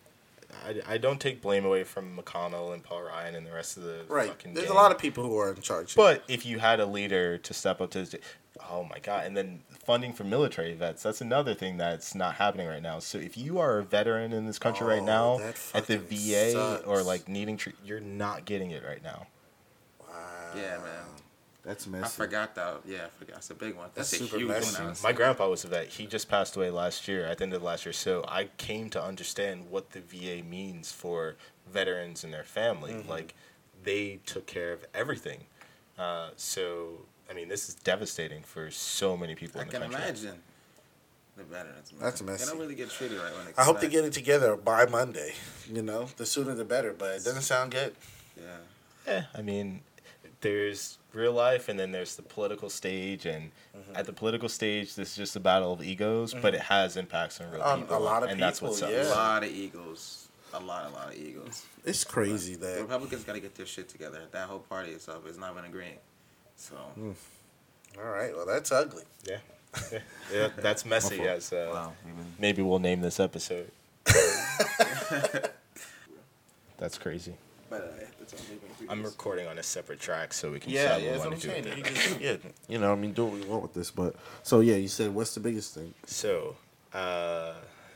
I, I don't take blame away from McConnell and Paul Ryan and the rest of the Right. fucking There's a gang. lot of people who are in charge. here. But if you had a leader to step up to, his, Oh my god! And then funding for military vets—that's another thing that's not happening right now. So if you are a veteran in this country right Oh, now that at the fucking VA or sucks. like needing, tre- you're not getting it right now. Wow. Yeah, man. That's I messy. forgot that. Yeah, I forgot. It's a big one. That's, That's a super huge messy. one. I was- My grandpa was a vet. He just passed away last year, at the end of last year. So I came to understand what the VA means for veterans and their family. Mm-hmm. Like, they took care of everything. Uh, so, I mean, this is devastating for so many people I in the can country. imagine the veterans. Man. That's They messy. don't really get treated right when it I hope they comes get it together by Monday. You know, the sooner the better. But it doesn't sound good. back. Yeah. Yeah, Eh, I mean, there's real life and then there's the political stage. And at the political stage, this is just a battle of egos, but it has impacts on real On a people. lot of and that's what people, sucks. A Yeah. lot of egos. A lot, a lot of egos. It's crazy The that Republicans got to get their shit together. That whole party itself has not been agreeing. So All right. Well, that's ugly. Yeah. yeah, that's messy. As, uh, wow, we've been- Maybe we'll name this episode. That's crazy. but uh, that's all they've been through I'm this. recording on a separate track, so we can Yeah, decide yeah, that's what what we I'm saying. want to do. You With it. just, yeah, you know, I mean, do what we want with this, but so yeah, you said what's the biggest thing? So, uh,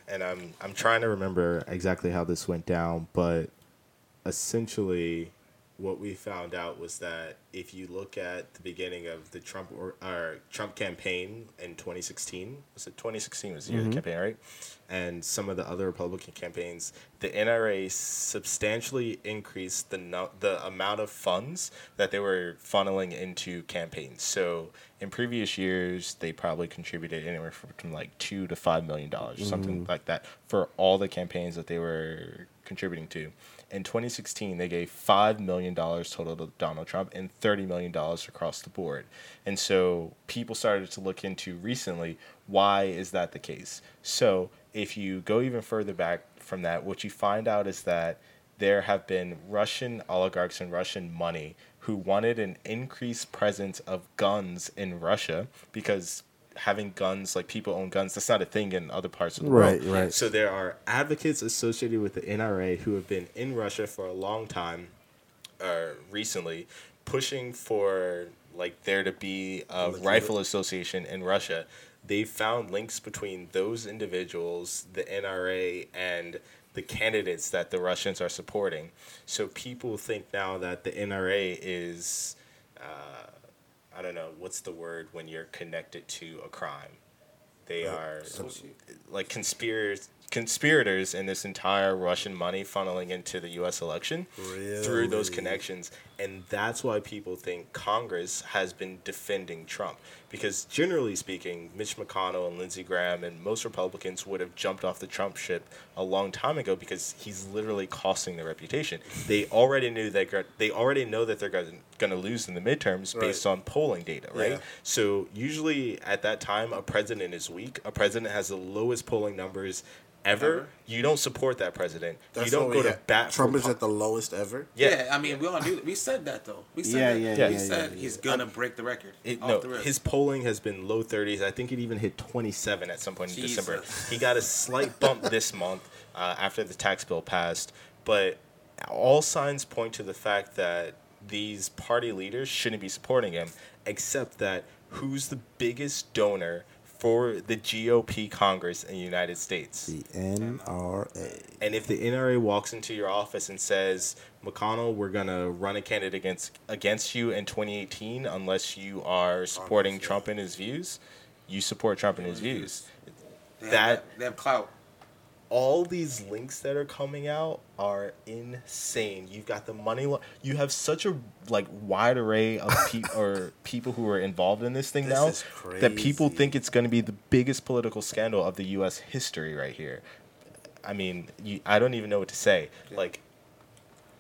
and I'm I'm trying to remember exactly how this went down, but essentially, what we found out was that if you look at the beginning of the Trump or, or Trump campaign in 2016, was it 2016 was the year of the campaign, right? And some of the other Republican campaigns, the NRA substantially increased the no- the amount of funds that they were funneling into campaigns. So in previous years, they probably contributed anywhere from like two to five million dollars, something like that, for all the campaigns that they were contributing to. In 2016, they gave $5 million total to Donald Trump and $30 million across the board. And so people started to look into recently why is that the case? So if you go even further back from that, what you find out is that there have been Russian oligarchs and Russian money who wanted an increased presence of guns in Russia because having guns, like people own guns, that's not a thing in other parts of the Right, world. right. So there are advocates associated with the NRA who have been in Russia for a long time, or recently, pushing for like there to be a rifle association in Russia. They found links between those individuals, the NRA, and the candidates that the Russians are supporting. So people think now that the NRA is, uh, I don't know, what's the word when you're connected to a crime? They are like conspirators conspirators in this entire Russian money funneling into the US election through those connections and that's why people think Congress has been defending Trump because generally speaking Mitch McConnell and Lindsey Graham and most Republicans would have jumped off the Trump ship a long time ago because he's literally costing their reputation. They already knew that gr- they already know that they're going to lose in the midterms based on polling data, right? Yeah. So usually at that time, a president is weak. A president has the lowest polling numbers ever. Ever. You don't support that president. That's you don't what go we to had. bat. Trump for is po- at the lowest ever. Yeah, yeah. I mean, we all knew that. We said that though. We said Yeah, that. yeah, We yeah, said yeah, he's gonna break the record. It- off no, the rip. his polling has been low 30s. I think it even hit 27 at some point in December. Jesus. He got a slight bump this month uh, after the tax bill passed, but all signs point to the fact that these party leaders shouldn't be supporting him, except that who's the biggest donor for the GOP Congress in the United States? The NRA. And if the NRA walks into your office and says, McConnell, we're gonna run a candidate against against you in 2018 unless you are supporting Trump and his views, you support Trump and his views. They have That they have clout. all these links that are coming out are insane. You've got the money. Lo- you have such a like wide array of pe- or people who are involved in this thing This now is that people crazy. think it's going to be the biggest political scandal of the U.S. history right here. I mean, you, I don't even know what to say. Like,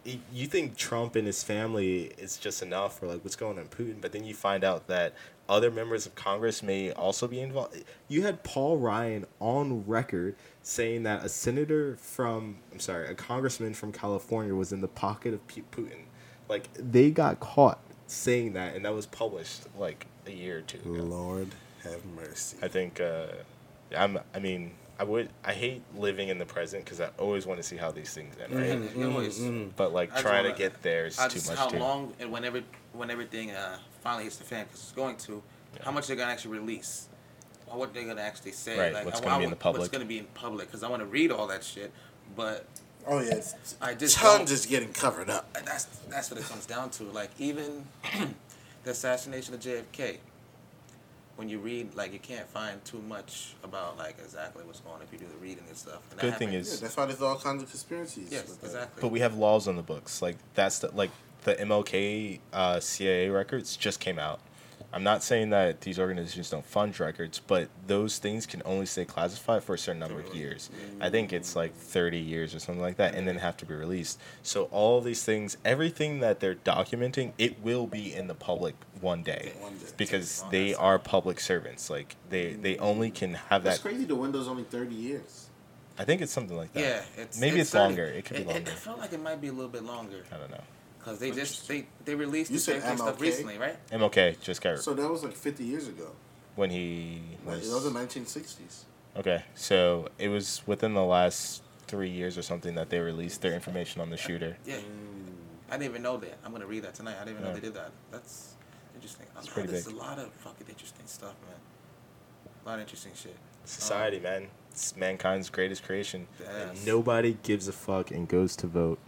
y- you think Trump and his family is just enough for like what's going on in Putin, but then you find out that other members of Congress may also be involved. You had Paul Ryan on record saying that a senator from, I'm sorry, a congressman from California was in the pocket of Pu- Putin. Like they got caught saying that, and that was published like a year or two ago. Lord have mercy. I think uh, I'm. I mean, I would. I hate living in the present because I always want to see how these things end, right? And they always- But like I just trying to wanna- get there is I too just- much. How too. long and whenever when everything uh, finally hits the fan because it's going to. How much they're gonna actually release? Or what they're gonna actually say? Right, what's I- gonna I be in want- the What's public. gonna be in public? Because I want to read all that shit, but Oh yeah, it's, I just tons don't- is getting covered up. and that's that's what it comes down to. Like even the assassination of JFK. When you read, like you can't find too much about like exactly what's going on if you do the reading and stuff. And that Good thing happened- Yeah, is, that's why there's all kinds of conspiracies. yes, with that. exactly. but we have laws on the books. Like that's the, like the MLK uh, CIA records just came out. I'm not saying that these organizations don't fund records, but those things can only stay classified for a certain number of years. I think it's like 30 years or something like that, and then have to be released. So all these things, everything that they're documenting, it will be in the public one day, One day. because Oh, they that's- are public servants. Like they they only can have That's that. crazy. The window's only thirty years. I think it's something like that. Yeah, it's maybe it's, 30. longer. It could be It, longer. I felt like it might be a little bit longer I don't know. because they just they they released You the said JFK stuff MLK? recently, right? MLK just got So that was like fifty years ago. when he Like, was it was the nineteen sixties. okay. So it was within the last three years or something that they released their information on the shooter. Mm. Yeah, I didn't even know that. I'm gonna read that tonight. I didn't even Yeah. know they did that. That's interesting. I know pretty there's big. a lot of fucking interesting stuff, man. A lot of interesting shit. Society, man, it's mankind's greatest creation. Yes. And nobody gives a fuck and goes to vote.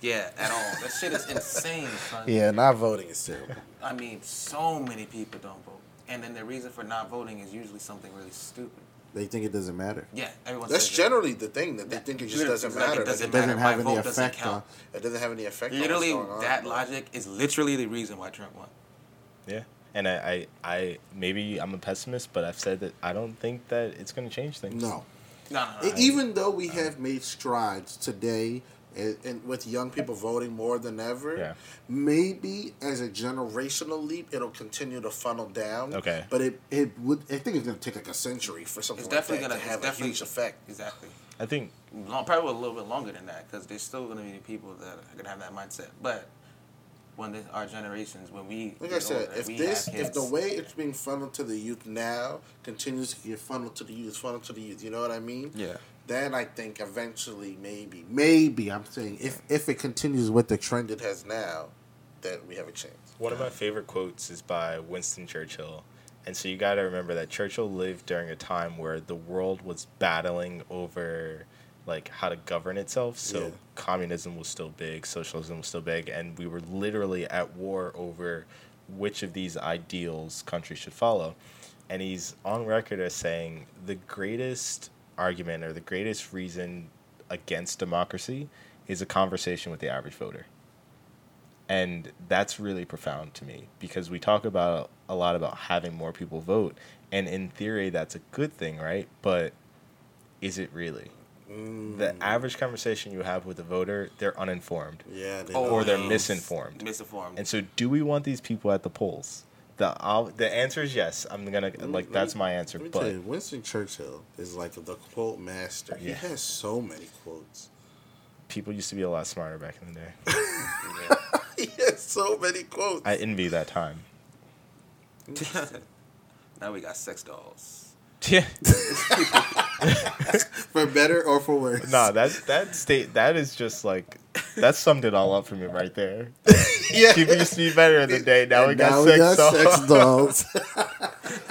Yeah, at all. That shit is insane, son. Yeah, not voting is terrible. I mean, so many people don't vote, and then the reason for not voting is usually something really stupid. they think it doesn't matter. Yeah, everyone. That's says that. generally the thing that they think it just Literally, doesn't it's like, it matter. Like, doesn't it doesn't matter. have My any vote doesn't effect on. count. It doesn't have any effect. Literally, on what's going on, that but- logic is literally the reason why Trump won. Yeah. And I, I, I, maybe I'm a pessimist, but I've said that I don't think that it's going to change things. No, No, no, no. E- even though we have made strides today and, and with young people voting more than ever Yeah. maybe as a generational leap it'll continue to funnel down Okay. but it, it would i think it's going to take like a century for something It's like definitely that gonna to have it's definitely, a huge effect Exactly. I think Long, probably a little bit longer than that because there's still gonna be people that are gonna have that mindset. But when this, our generations, when we like i get said older, if we this have if the kids. way it's being funneled to the youth now continues to get funneled to the youth funneled to the youth you know what i mean Yeah. then i think eventually maybe maybe i'm saying if if it continues with the trend it has now that we have a chance One of my favorite quotes is by Winston Churchill. And so you got to remember that Churchill lived during a time where the world was battling over like how to govern itself. So Yeah. communism was still big, socialism was still big, and we were literally at war over which of these ideals countries should follow. And he's on record as saying the greatest argument or the greatest reason against democracy is a conversation with the average voter and that's really profound to me because we talk about a lot about having more people vote and in theory that's a good thing right but is it really Mm. the average conversation you have with a voter they're uninformed Yeah, they Oh, or they're yeah. misinformed misinformed. and so do we want these people at the polls the I'll, the answer is yes i'm gonna like that's my answer Let Mm, me but tell you, Winston Churchill is like the quote master. He Yeah. has so many quotes. people used to be a lot smarter back in the day He has so many quotes. i envy that time now we got sex dolls. yeah for better or for worse. no that that state that is just like that summed it all up for me right there yeah. People used to be better in the day. Now we And got now sex dolls. sex dolls.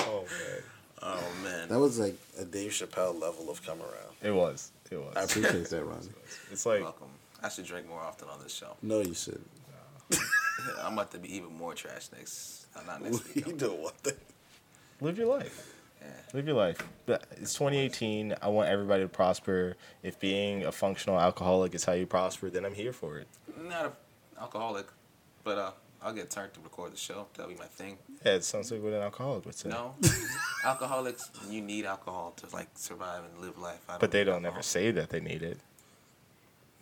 Oh man, Oh man. that was like, A Dave Chappelle level of come around. it was. It I was. appreciate that, Ronnie. It's like Welcome. I should drink more often on this show. No, you shouldn't. I'm about to be even more trash next. uh, Not next you week. though. don't want that. live your life. Yeah. Live your life. But It's 2018. I want everybody to prosper. If being a functional alcoholic is how you prosper, then I'm here for it. Not a alcoholic, but uh, I'll get turned to record the show. That'll be my thing. Yeah, it sounds like what an alcoholic would say. No, alcoholics, you need alcohol to like survive and live life. I But they need don't alcohol. ever say that they need it.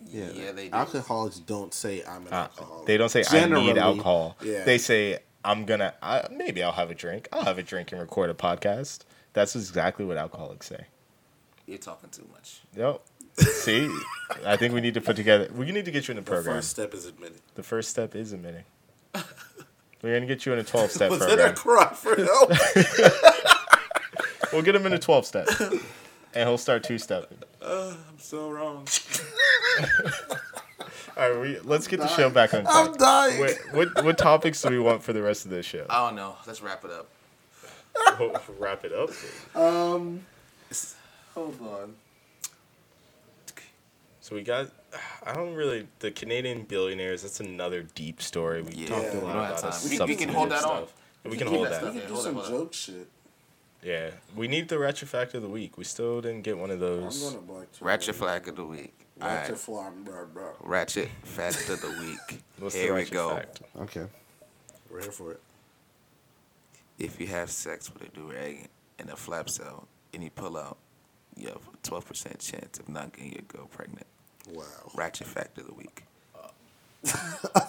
Yeah, they do. Alcoholics don't say I'm an Uh, alcoholic. they don't say I need Generally, alcohol. yeah. They say I'm gonna. I, maybe I'll have a drink. I'll have a drink and record a podcast. That's exactly what alcoholics say. You're talking too much. Yep. See, I think we need to put together. We need to get you in the The program. first step is admitting. The first step is admitting. We're gonna get you in a twelve step Was that a program. cry for help? We'll get him in a twelve step, and he'll start two stepping. I'm so wrong. All right, we, let's get the show back on I'm track. dying. What, what what topics do we want for the rest of this show? I don't know. Let's wrap it up. We'll wrap it up. Um, Hold on. So we got. I don't really the Canadian billionaires. That's another deep story. We Yeah, talked we a don't lot have about time. this We can- we can hold that substantive on. stuff. We can keep hold that that. stuff. Yeah, do hold some it, hold it. joke shit. Yeah, we need the retro fact of the week. We still didn't get one of I'm those. gonna black to Ratchet flag of the week. All right. Ratchet fly, bro, bro. Ratchet fact of the week. What's Here the we ratchet go. fact? okay. We're here for it. If you have sex with a durag and a flap cell and you pull out, you have a 12% chance of not getting your girl pregnant. Wow. Ratchet fact of the week. I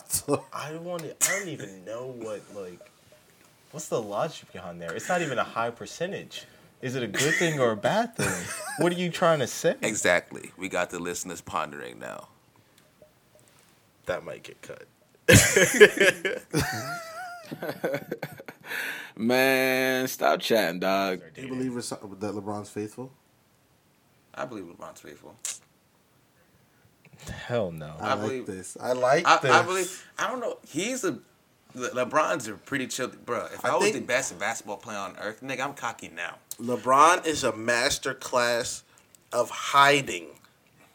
want. to- I don't even know what like. What's the logic behind there? It's not even a high percentage. Is it a good thing or a bad thing? What are you trying to say? Exactly. We got the listeners pondering now. That might get cut. Man, stop chatting, dog. Do you believe Rece- that LeBron's faithful? I believe LeBron's faithful. Hell no. I, I like believe- this. I like I, this. I believe. I don't know. He's a. Le- LeBron's a pretty chill, bro. If I, was think- the best basketball player on earth, nigga, I'm cocky now. LeBron is a master class of hiding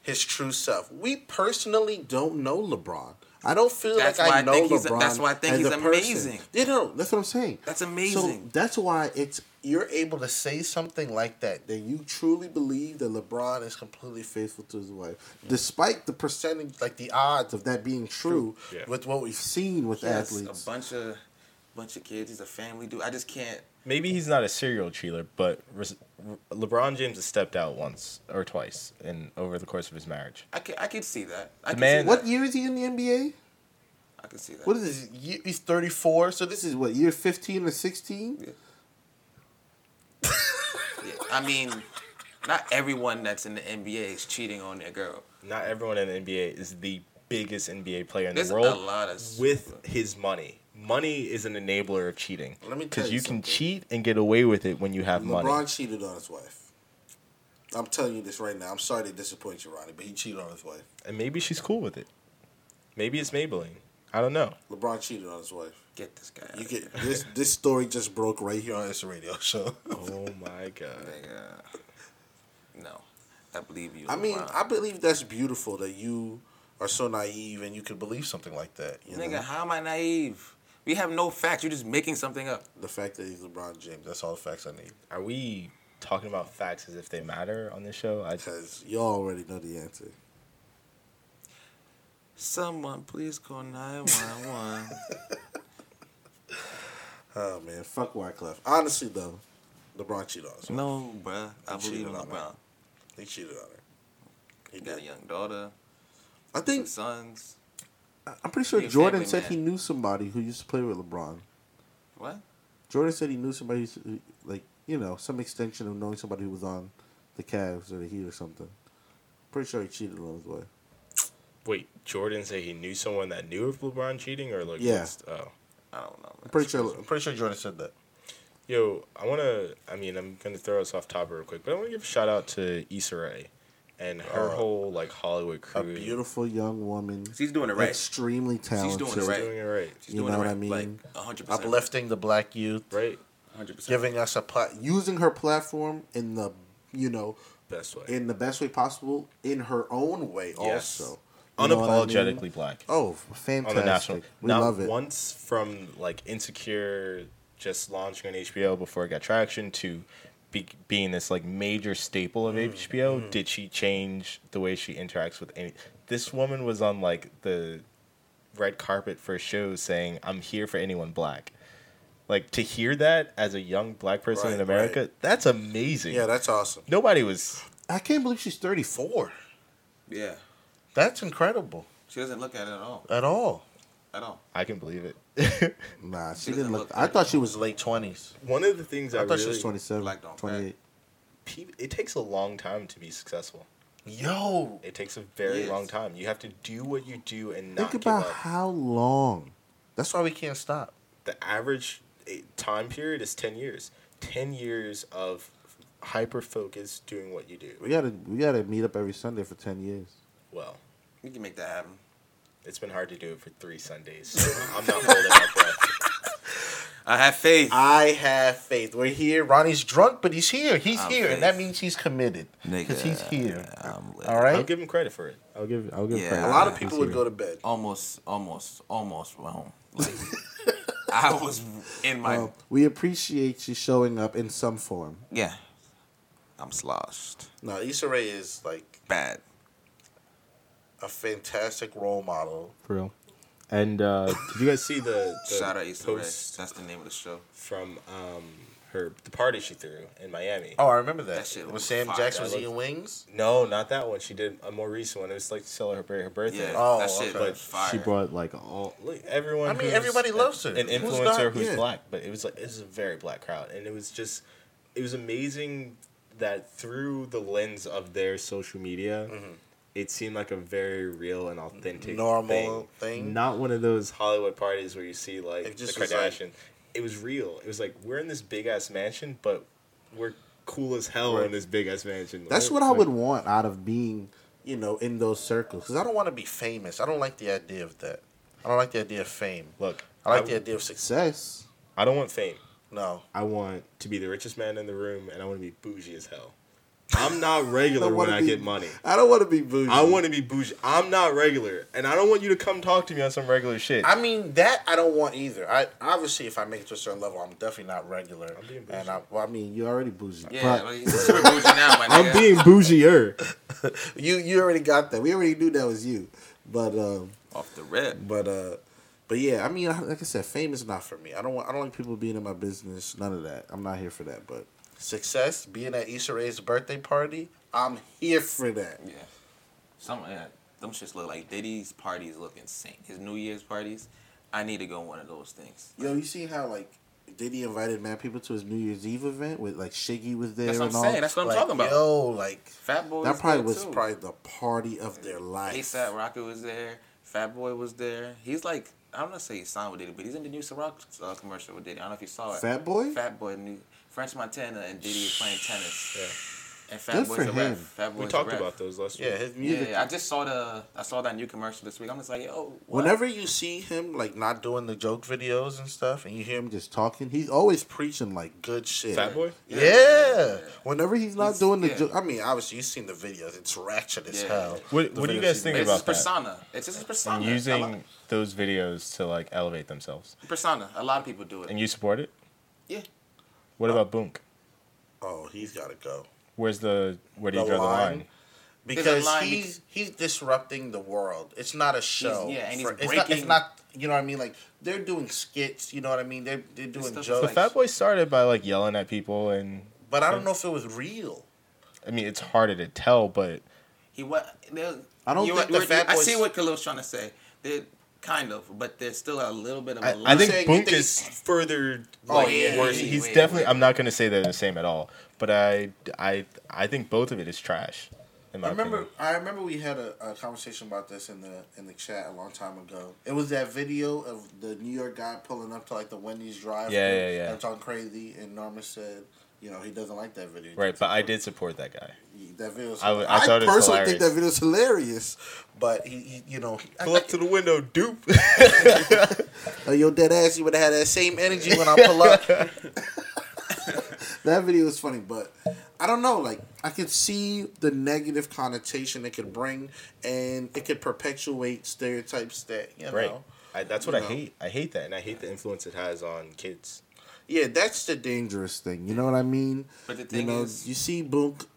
his true self. We personally don't know LeBron. I don't feel That's like why I I know think he's a- LeBron. that's why I think as he's a person. amazing. You know, that's what I'm saying. That's So amazing. that's why it's you're able to say something like that that you truly believe that LeBron is completely faithful to his wife, despite the percentage, like the odds of that being true, Yeah. with what we've seen with Yes, athletes. a bunch of, bunch of kids. He's a family dude. I just can't. Maybe he's not a serial cheater, but res- LeBron James has stepped out once or twice in over the course of his marriage. I can. I can see that. I can man- See what That. year is he in the NBA? I can see that. What is this? Year- He's 34, so this is what year 15 or 16. Yeah, I mean, not everyone that's in the NBA is cheating on their girl. Not everyone in the NBA is the biggest NBA player in There's the a world lot of with his money. Money is an enabler of cheating Let me tell because you you, can something. cheat and get away with it when you have LeBron money. cheated on his wife. I'm telling you this right now. I'm sorry to disappoint you, Ronnie, but he cheated on his wife. And maybe she's cool with it. Maybe it's Maybelline. I don't know. LeBron cheated on his wife. Get this guy. You get this. This story just broke right here on this radio show. Oh my god. Nigga. No, I believe you. I mean, LeBron. I believe that's beautiful that you are so naive and you can believe something like that. You know? Nigga, how am I naive? We have no facts. You're just making something up. The fact that he's LeBron James, that's all the facts I need. Are we talking about facts as if they matter on this show? I Because y'all already know the answer. Someone, please call 911. Oh, man. Fuck Wyclef. Honestly, though, LeBron cheated on us. no, bruh. I He cheated believe in on her. LeBron. He cheated on her. He He got a did. young daughter, I two think sons. I'm pretty sure Be a Jordan family said man. he knew somebody who used to play with LeBron. What? Jordan said he knew somebody, who's, like you know, some extension of knowing somebody who was on the Cavs or the Heat or something. Pretty sure he cheated on his wife. Wait, Jordan say he knew someone that knew of LeBron cheating, or like, Yeah. what's- oh, I don't know. I'm pretty sure. I'm pretty sure Jordan said that. yo, I wanna. I mean, I'm gonna throw us off topic real quick, but I wanna give a shout out to Issa Rae and her Oh. whole like Hollywood A crew. Beautiful young woman, She's doing it right. extremely doing talented. it She's right. doing it right, She's You doing know it what right. I mean? Like, 100%. Uplifting the black youth, right? 100%. giving us a plat. Using her platform in the you know Best way, in the best way possible in her own way Yes. also You know what I mean? unapologetically black Oh, on the national. fantastic! We Not love it. once from like insecure, just launching on HBO before it got traction to. Be, being this like major staple of HBO, did she change the way she interacts with any? This woman was on like the red carpet for shows saying i'm here for anyone black like to hear that as a young black person Right, in america that's amazing Yeah, that's awesome. nobody was I can't believe she's thirty four. Four. Yeah. That's incredible She doesn't look at it at all. at all. At all. i can believe it Nah, she, doesn't didn't look. look I thought she It was. was late 20s. one of the things i, I thought really she was 27, Black don't 28. pe- it takes a long time to be successful Yo. it takes a very Yes. long time you have to do what you do and not Think give about up how long. That's why we can't stop. the average eh, time period is 10 years 10 years of hyper focus doing what you do We gotta we gotta meet up every Sunday for ten years. well We can make that happen. It's been hard to do it for three Sundays, so I'm not holding my breath. I have faith. I have faith. We're here. Ronnie's drunk, but he's here. He's I'm here, faith. and that means he's committed because he's here. I'm with- All I'll right. give him credit for it. I'll give. I'll give. Yeah. Credit. A lot of people would go to bed. almost, almost, almost wrong. Like, I was in my Well, we appreciate you showing up in some form. yeah. I'm sloshed No, Issa Rae is like bad. a fantastic role model. for real. And uh, did you guys see the, the Shout out Issa Rae. post That's the name of the show. from um, her the party she threw in Miami? Oh, I remember that. That shit when was Sam fire. Jackson was That eating wings. No, not that one. She did a more recent one. It was like to celebrate her birthday. Yeah, Oh, that shit okay. was but fire. she brought like all like, everyone. I mean, who's everybody a- loves her. An Who's influencer not- who's yeah. black, but it was like it was a very black crowd, and it was just it was amazing that through the lens of their social media, it seemed like a very real and authentic Normal thing. Not one of those Hollywood parties where you see like It just the was like- Kardashian. it was real. It was like we're in this big ass mansion, but we're cool as hell in this big ass mansion. That's Like- what I would want out of being, you know, in those circles. Because I don't want to be famous. I don't like the idea of that. I don't like the idea of fame. Look, I like I- the idea of success. Success. I don't want fame. No. I want to be the richest man in the room, and I want to be bougie as hell. I'm not regular I when wanna I be- get money. I don't want to be bougie. I want to be bougie. I'm not regular, and I don't want you to come talk to me on some regular shit. I mean that I don't want either. I obviously if I make it to a certain level, I'm definitely not regular. I'm being and bougie. I, Well, I mean, you already bougie. yeah, but like, super bougie now, my nigga. I'm being bougier. you you already got that. We already knew that was you. But um, off the rip. but uh, but yeah. I mean, I- like I said, fame is not for me. I don't want. I don't like people being in my business. None of that. I'm not here for that. But success, being at Issa Rae's birthday party, I'm here for that. Yeah. Some yeah, them shits look like Diddy's parties look insane. His New Year's parties, I need to go one of those things. yo, you seen how like. Diddy invited mad people to his New Year's Eve event with like Shiggy was there That's what I'm and all. saying. That's what I'm Like, talking about. Yo, like Fat Boy. that was probably there was too. probably the party of their life. ASAP Rocky was there. Fat Boy was there. He's like I don't know say he signed with Diddy, but he's in the new Ciroc uh, commercial with Diddy. I don't know if you saw it. Fat Boy? Fat Boy, new French Montana, and Diddy is playing tennis. And Fat Good Boy's for a ref. him. Fat Boy's We talked a ref. about those last yeah, week. his Yeah, music. yeah, I just saw the I saw that new commercial this week. I'm just like, yo, what? Whenever you see him like not doing the joke videos and stuff, and you hear him him just just talking. He's always preaching like good good shit. Fat boy. Yeah. whenever he's not He's- doing the yeah. joke. I mean, obviously you've seen the videos. It's ratchet as Yeah. hell. What, The what do you videos guys he think made. It's his about that? persona. It's just his persona. And I using like- those videos to like elevate themselves, persona. A lot of people do it. and you support it. Yeah. What about Boonk? Oh, he's got to go Where's the where do you The draw the line? line? because line he's he's disrupting the world. It's not a show. yeah, and he's for- it's Not, it's breaking- not. You know what I mean? Like they're doing skits. You know what I mean? They're they're doing stuff is jokes. The Fat Boy started by like yelling at people, and but I don't know if it was real. I mean it's harder to tell, but He was. I don't think the Fat I Boys- see what Khalil's trying to say. They kind of, but there's still a little bit of a. I, I line. think saying you Boonk think- is further like yeah, worse. yeah, He's yeah, definitely. yeah. I'm not gonna say they're the same at all, but I I I think both of it is trash. In my I remember. opinion. I remember we had a, a conversation about this in the in the chat a long time ago. It was that video of the New York guy pulling up to like the Wendy's drive. Yeah, yeah, yeah. And talking crazy, and Norman said, "You know, he doesn't like that video." Right, but I did support that guy. That video. I would- I, I thought it was personally think hilarious. that video's hilarious, but he, he you know, I- Pull up to the window, dupe. Oh, yo, dead ass, you would have had that same energy when I pull up. That video was funny, but I don't know. Like I could see the negative connotation it could bring, and it could perpetuate stereotypes that you know. right. I, that's what I No. hate. I hate that, and I hate the influence it has on kids. Yeah, that's the dangerous thing. You know what I mean? But the you thing know, is- you see Book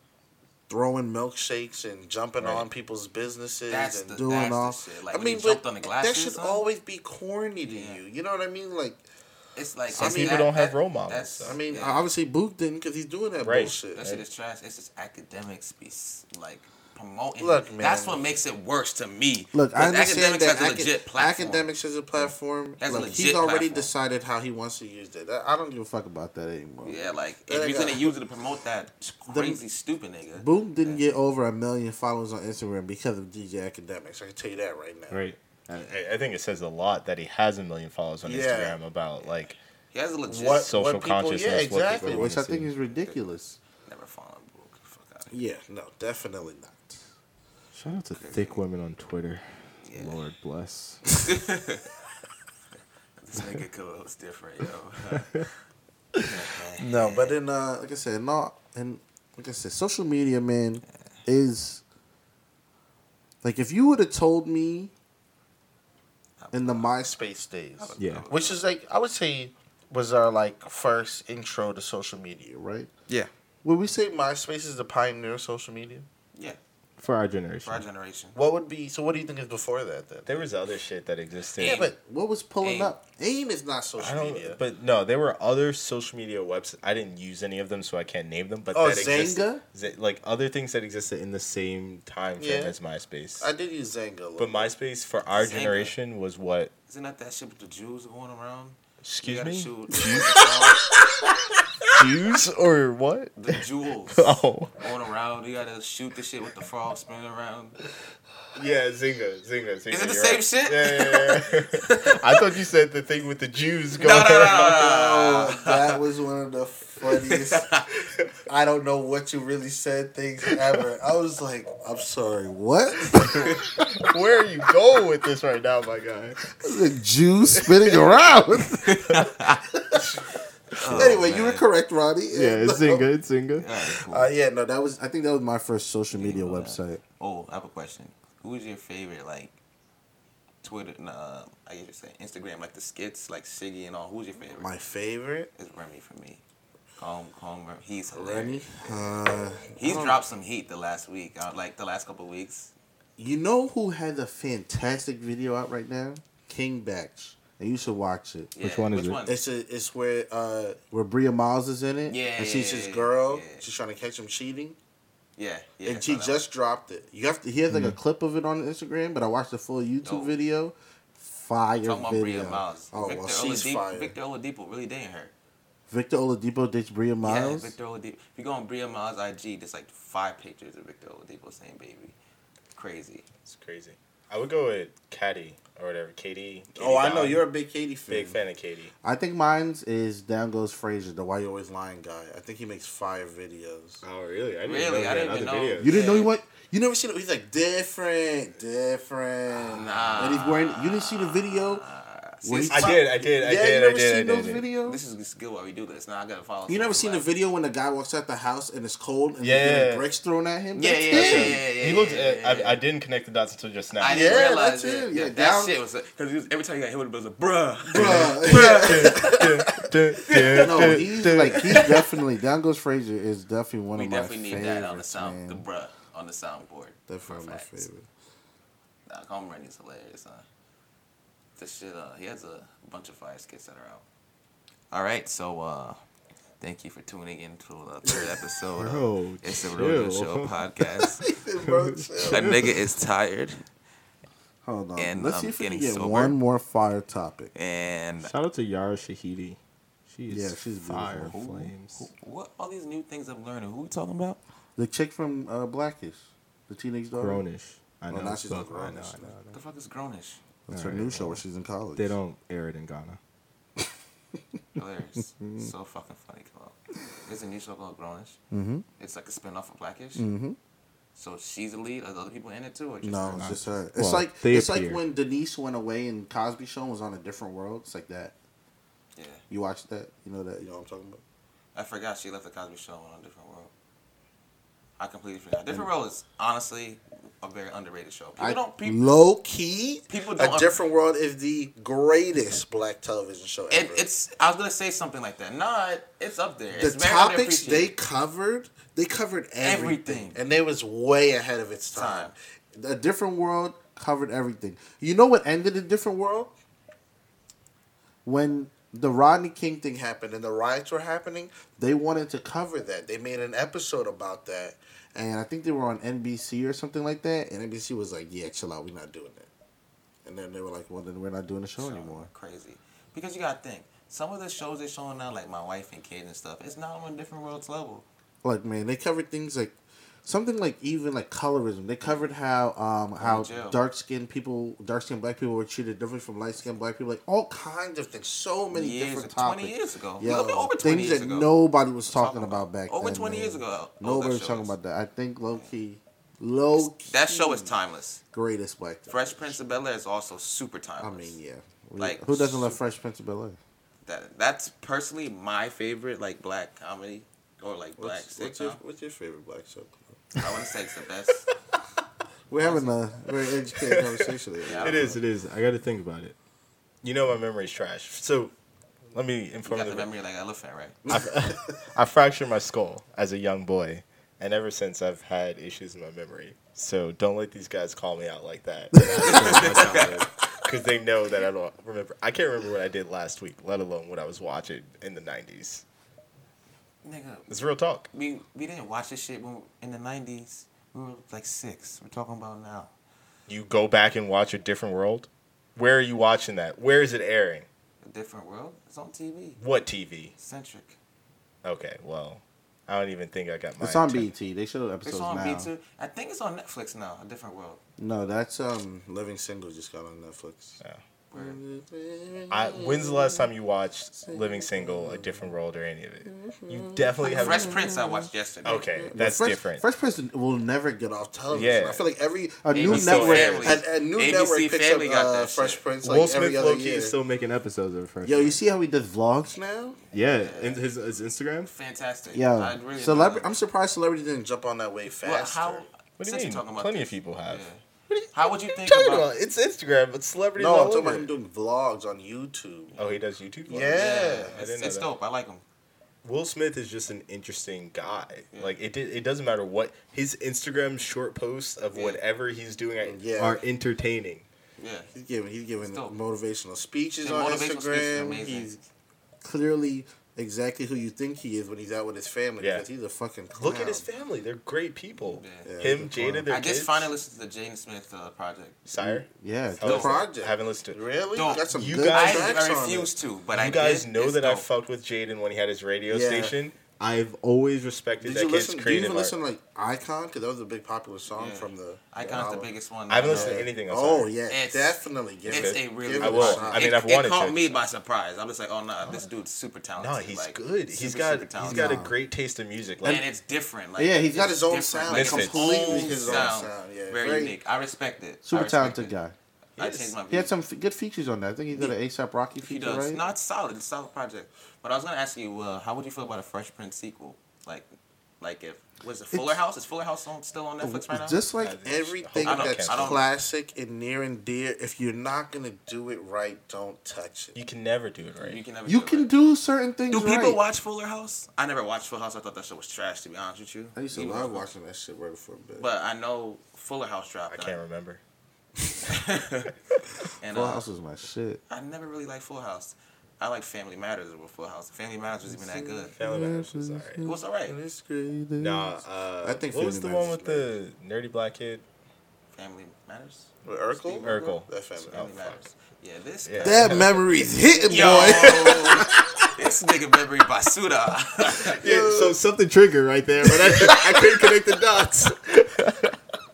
Throwing milkshakes and jumping Right. on people's businesses That's and the- doing that's the all. shit. Like, I when mean, you jumped but on the glass that or should something? always be corny to Yeah. you. You know what I mean? Like, it's like Some I mean, people that- don't have that- role models, that's- so. I mean, yeah. obviously Book didn't because he's doing that Right. bullshit. that shit is trash. It's just academics be s- like promoting. Look, That's man. what makes it worse to me. Look, I 'Cause understand academics that has a acad- legit platform. Academics is a platform. That's a Look, he's legit already platform. decided how he wants to use that. I I don't give a fuck about that anymore. Yeah, like That if you're guy- gonna use it to promote that crazy stupid nigga. Boom didn't Yeah. get over a million followers on Instagram because of DJ DJ academics. I can tell you that right now. Right. I, I think it says a lot that he has a million followers on Yeah. Instagram about like He has a legit. What- social people- yeah, consciousness. what exactly, people which wanna I think see. is ridiculous. Never following book. Fuck out of here. Yeah, no, definitely not. Shout out to thick women on Twitter. Yeah. Lord bless. This nigga co-host different, yo. No, but in uh, like I said, not and like I said, social media, man, is like if you would have told me in the MySpace days, Yeah. which is like I would say was our like first intro to social media, right? yeah. Would we say MySpace is the pioneer of social media? Yeah. For our generation. For our generation. What would be so? What do you think is before that then? There was other shit that existed. Yeah, but what was pulling AIM. up? AIM is not I social don't. media. But no, there were other social media websites. I didn't use any of them, so I can't name them. But Oh, that existed, Zynga? Z- like other things that existed in the same time frame Yeah. as MySpace. I did use Zanga. a little but MySpace for our Zynga. generation was what? Isn't that that shit with the Jews going around? You Excuse gotta me, shoot the Jews or what? jewels Oh going around. You gotta shoot the shit with the frog spinning around. Oh. yeah, Zynga, Zynga, Zynga. Is it the you're same shit? right. Yeah, yeah, yeah. I thought you said the thing with the Jews going. No, no, no, uh, Oh, that was one of the funniest. I don't know what you really said things ever. I was like, I'm sorry, what? Where are you going with this right now, my guy? the Jews spinning around. anyway, you were Oh, man. correct, Ronnie. Yeah, it's Zynga. It's Zynga. All right, cool. Uh, yeah, no, that was. I think that was my first social media Yeah. website. Oh, I have a question. Who is your favorite like Twitter? and, Uh, I guess you say Instagram, like the skits, like Siggy and all. Who's your favorite? My favorite, It's Remy for me. Calm, calm. Remy. He's Remy. hilarious. Uh, He's dropped some heat the last week, uh, like the last couple weeks. you know who has a fantastic video out right now? King Batch, and you should watch it. Yeah, one is it? It's a, it's where uh where Bria Miles is in it. Yeah, and yeah, she's yeah, his yeah, girl. yeah. She's trying to catch him cheating, Yeah, yeah. I Mm-hmm. and she saw that just dropped it. You have to. He has like a clip of it on Instagram, but I watched the full YouTube No. video. Fire one. talking about video. Bria Miles. Oh Victor well, she's Oladipo, fire. Victor Oladipo really dating her. Victor Oladipo dates Bria Yeah, Miles. Victor Oladipo. If you go on Bria Miles' IG, there's like five pictures of Victor Oladipo saying "baby." Crazy. It's crazy. I would go with Caddy or whatever. Katie. oh, I know Dowd. you're a big Katie fan. big fan of Katie. I think mine's is Down Goes Frazier, the Why You Always Lying guy. I think he makes fire videos. Oh, really? I didn't Really? know I that didn't in even other know. videos. You didn't know he Yeah. what? You never seen it? He's like different, different. Nah. And he's wearing. You didn't see the video? See, Where this, he- I did, I did, I yeah, did, you I never did, seen I those did. videos? this is this is good why we do this. Now I gotta follow. you never seen the something video when the guy walks out the house and it's cold and Yeah. yeah. bricks thrown at him? Yeah, That's yeah, him. yeah, yeah, yeah. He looked. yeah, At, yeah, yeah. I, I didn't connect the dots until just now. I didn't Yeah, realize that's it. him. Yeah, that down- shit was because every time you got hit with it, it was a bruh. Bruh. no, he's like he's definitely Down Goes Frazier is definitely one we of my definitely need that on the favorites. sound, the man. bruh on the soundboard. Definitely For my facts. favorite. Nah, Home Run is hilarious, huh? This shit, uh, he has a bunch of fire skits that are out. All right, so uh, thank you for tuning in to the third episode. Bro, of It's a chill. Rodeo Show podcast. Bro, chill. a nigga is tired, Hold on. And Let's I'm see if we can getting get sober. one more fire topic. and Shout out to Yara Shahidi. She is Yeah, she's fire beautiful. flames. what all these new things I'm learning? Who we talking about? The chick from uh, Blackish, the teenage daughter. Grownish. I know. Well, now she's but- on Grownish I know, I know, now. I know. The fuck is grownish? That's her Alright, new show where she's in college. They don't air it in Ghana. Hilarious. so fucking funny, come on. There's a new show called Grownish. Mm-hmm. It's like a spin off of Blackish. Mm-hmm. So she's the lead. Are the other people in it too? Or just No, her? it's just her. It's Well, like they it's like appear. when Denise went away and Cosby Show was on a different world. It's like that. Yeah. You watched that? You know that? You know what I'm talking about? I forgot she left the Cosby Show and went on a different world. I completely forgot. Different World is honestly a very underrated show. People I- don't people. Low key, People a don't- different world is the greatest black television show ever. It, it's. I was gonna say something like that. Nah, it- it's up there. the it's very topics underappreciated. they covered, they covered everything, Everything. and they was way ahead of its Time. time. A different world covered everything. You know what ended a different world? When the Rodney King thing happened and the riots were happening, they wanted to cover that. They made an episode about that, and I think they were on NBC or something like that. And NBC was like, "Yeah, chill out, we're not doing that." And then they were like, "Well, then we're not doing the show So anymore." Crazy. Because you gotta think. Some of the shows they're showing now, like My Wife and Kids and stuff, it's not on Different World's level. like man they covered things like something like even like colorism they covered how Oh, um how jail. dark skinned people dark skinned black people were treated differently from light skinned black people like all kinds of things so many Years, different topics twenty years ago. Yo, Look at over twenty things years that ago. nobody was talking about back over then, 20 man. years ago. nobody was shows. talking about that i think low-key Low key, That show is timeless. greatest black. Fresh Prince of Bel Air is also super I timeless. mean, yeah. Like, who doesn't love super- Fresh Prince of Bel Air? that that's personally my favorite like black comedy or like black sitcom. what's your favorite black show? I want to say it's the best. We're having a very educated conversation. here. Yeah. It It is. It is. I got to think about it. You know my memory's trash. So let me You inform got the, the memory like an elephant, right? I, I fractured my skull as a young boy, and ever since I've had issues in my memory. So don't let these guys call me out like that. Because they know that I don't remember. I can't remember what I did last week, let alone what I was watching in the 90s. Nigga, It's real talk. we we didn't watch this shit when, in the '90s. We were like six. We're talking about now. You go back and watch A Different World. Where are you watching that? Where is it airing? A different world. It's on TV. What TV? Centric. Okay, well, I don't even think I got my. It's on antenna. BET. They show episodes It's on now. B2. I think it's on Netflix now. A different world. No, that's um, Living Single just got on Netflix. Where Mm. I, when's the last time you watched Living Single, A Different World, or any of it? You definitely have. Fresh Prince I watched yesterday. Okay, that's Fresh, different. Fresh Prince will never get off television. Yeah. I feel like every a ABC new network, Family. a, a new ABC network picks Family up got uh, that Fresh shit. Prince like Will every Smith other low-key year. is still making episodes of Fresh. Yo, you see how he does vlogs now? Yeah, and his, his Instagram. Fantastic. Yeah, I'd really celebrity. enjoy I'm it. surprised celebrity didn't jump on that wave Well, faster. how? What do you since we're mean? talking about Plenty this, of people have. yeah. How would you think What are you talking about- about? It's Instagram, but celebrities no, I'm all talking about over. him doing vlogs on YouTube. oh, he does YouTube. vlogs? Yeah. I it's, didn't know it's that. dope. I like him. Will Smith is just an interesting guy. Mm. Like it, did, it doesn't matter what his Instagram short posts of Yeah. whatever he's doing are- Yeah. are entertaining. Yeah. He's giving he's giving It's dope. motivational speeches Yeah, on motivational speeches are Instagram. amazing. he's clearly exactly who you think he is when he's out with his family Yeah. because he's a fucking clown. Look at his family; they're great people. Yeah. Yeah, Him, he's a Jada, their I kids. just finally listened to the Jaden Smith uh, project. Sire. Yeah, the I listened- project. I haven't listened. to it. Really? Don't. Got some You good guys- tracks I, on I it. refuse to, but I you guys did. know It's that I dope. fucked with Jaden when he had his radio Yeah. station. I've always respected. Did that you kid's listen? Do you creative even art. listen to, like Icon? Because that was a big popular song Yeah. from the. Icon's the album. biggest one. I haven't know. listened to anything else. Oh Sire. yeah, It's- definitely. Give It's it, a really. give I it a will. shot. I mean, it, I've it wanted caught to. me by surprise. I'm just like, oh no, this dude's super talented. No, he's like, good. He's super, got super he's talented. got a great taste in music. Like, and it's different. Like, Yeah, he's got it's his own different, sound, Like, Misfits. completely his own sound. yeah. very, Very- unique. I respect it. I Super respect talented it. guy. I Yes. changed my view. He had some f- good features on that. I think he did an ASAP Rocky He feature, does. right? No, it's solid. It's a solid project. But I was gonna ask you, uh, how would you feel about a Fresh Prince sequel? Like, like if was it Fuller It's- House? Is Fuller House on, still on Netflix right now? Just I like think- everything I don't that's care. I don't- classic and near and dear, if you're not gonna do it right, don't touch it. you can never do it right. you can never. You do it can right. do certain things Do right. people watch Fuller House? I never watched Fuller House. I thought that show was trash. To be honest with you, I used to Even- love watching that shit right before bed. But I know Fuller House dropped. I can't remember. remember. and Full uh, House was my shit. I never really liked Full House. I like Family Matters over Full House. Family Matters was even that good. Family Matters was It alright. was alright. Nah, uh, I think what was the Family one Matters with the nerdy black kid? Family Matters. With Urkel? Urkel. That family. Oh, Family fuck. Matters. Yeah, this. Yeah. That memory's hitting, Yo, boy. this nigga memory basuda. Yeah, so something triggered right there, but I, I couldn't connect the dots.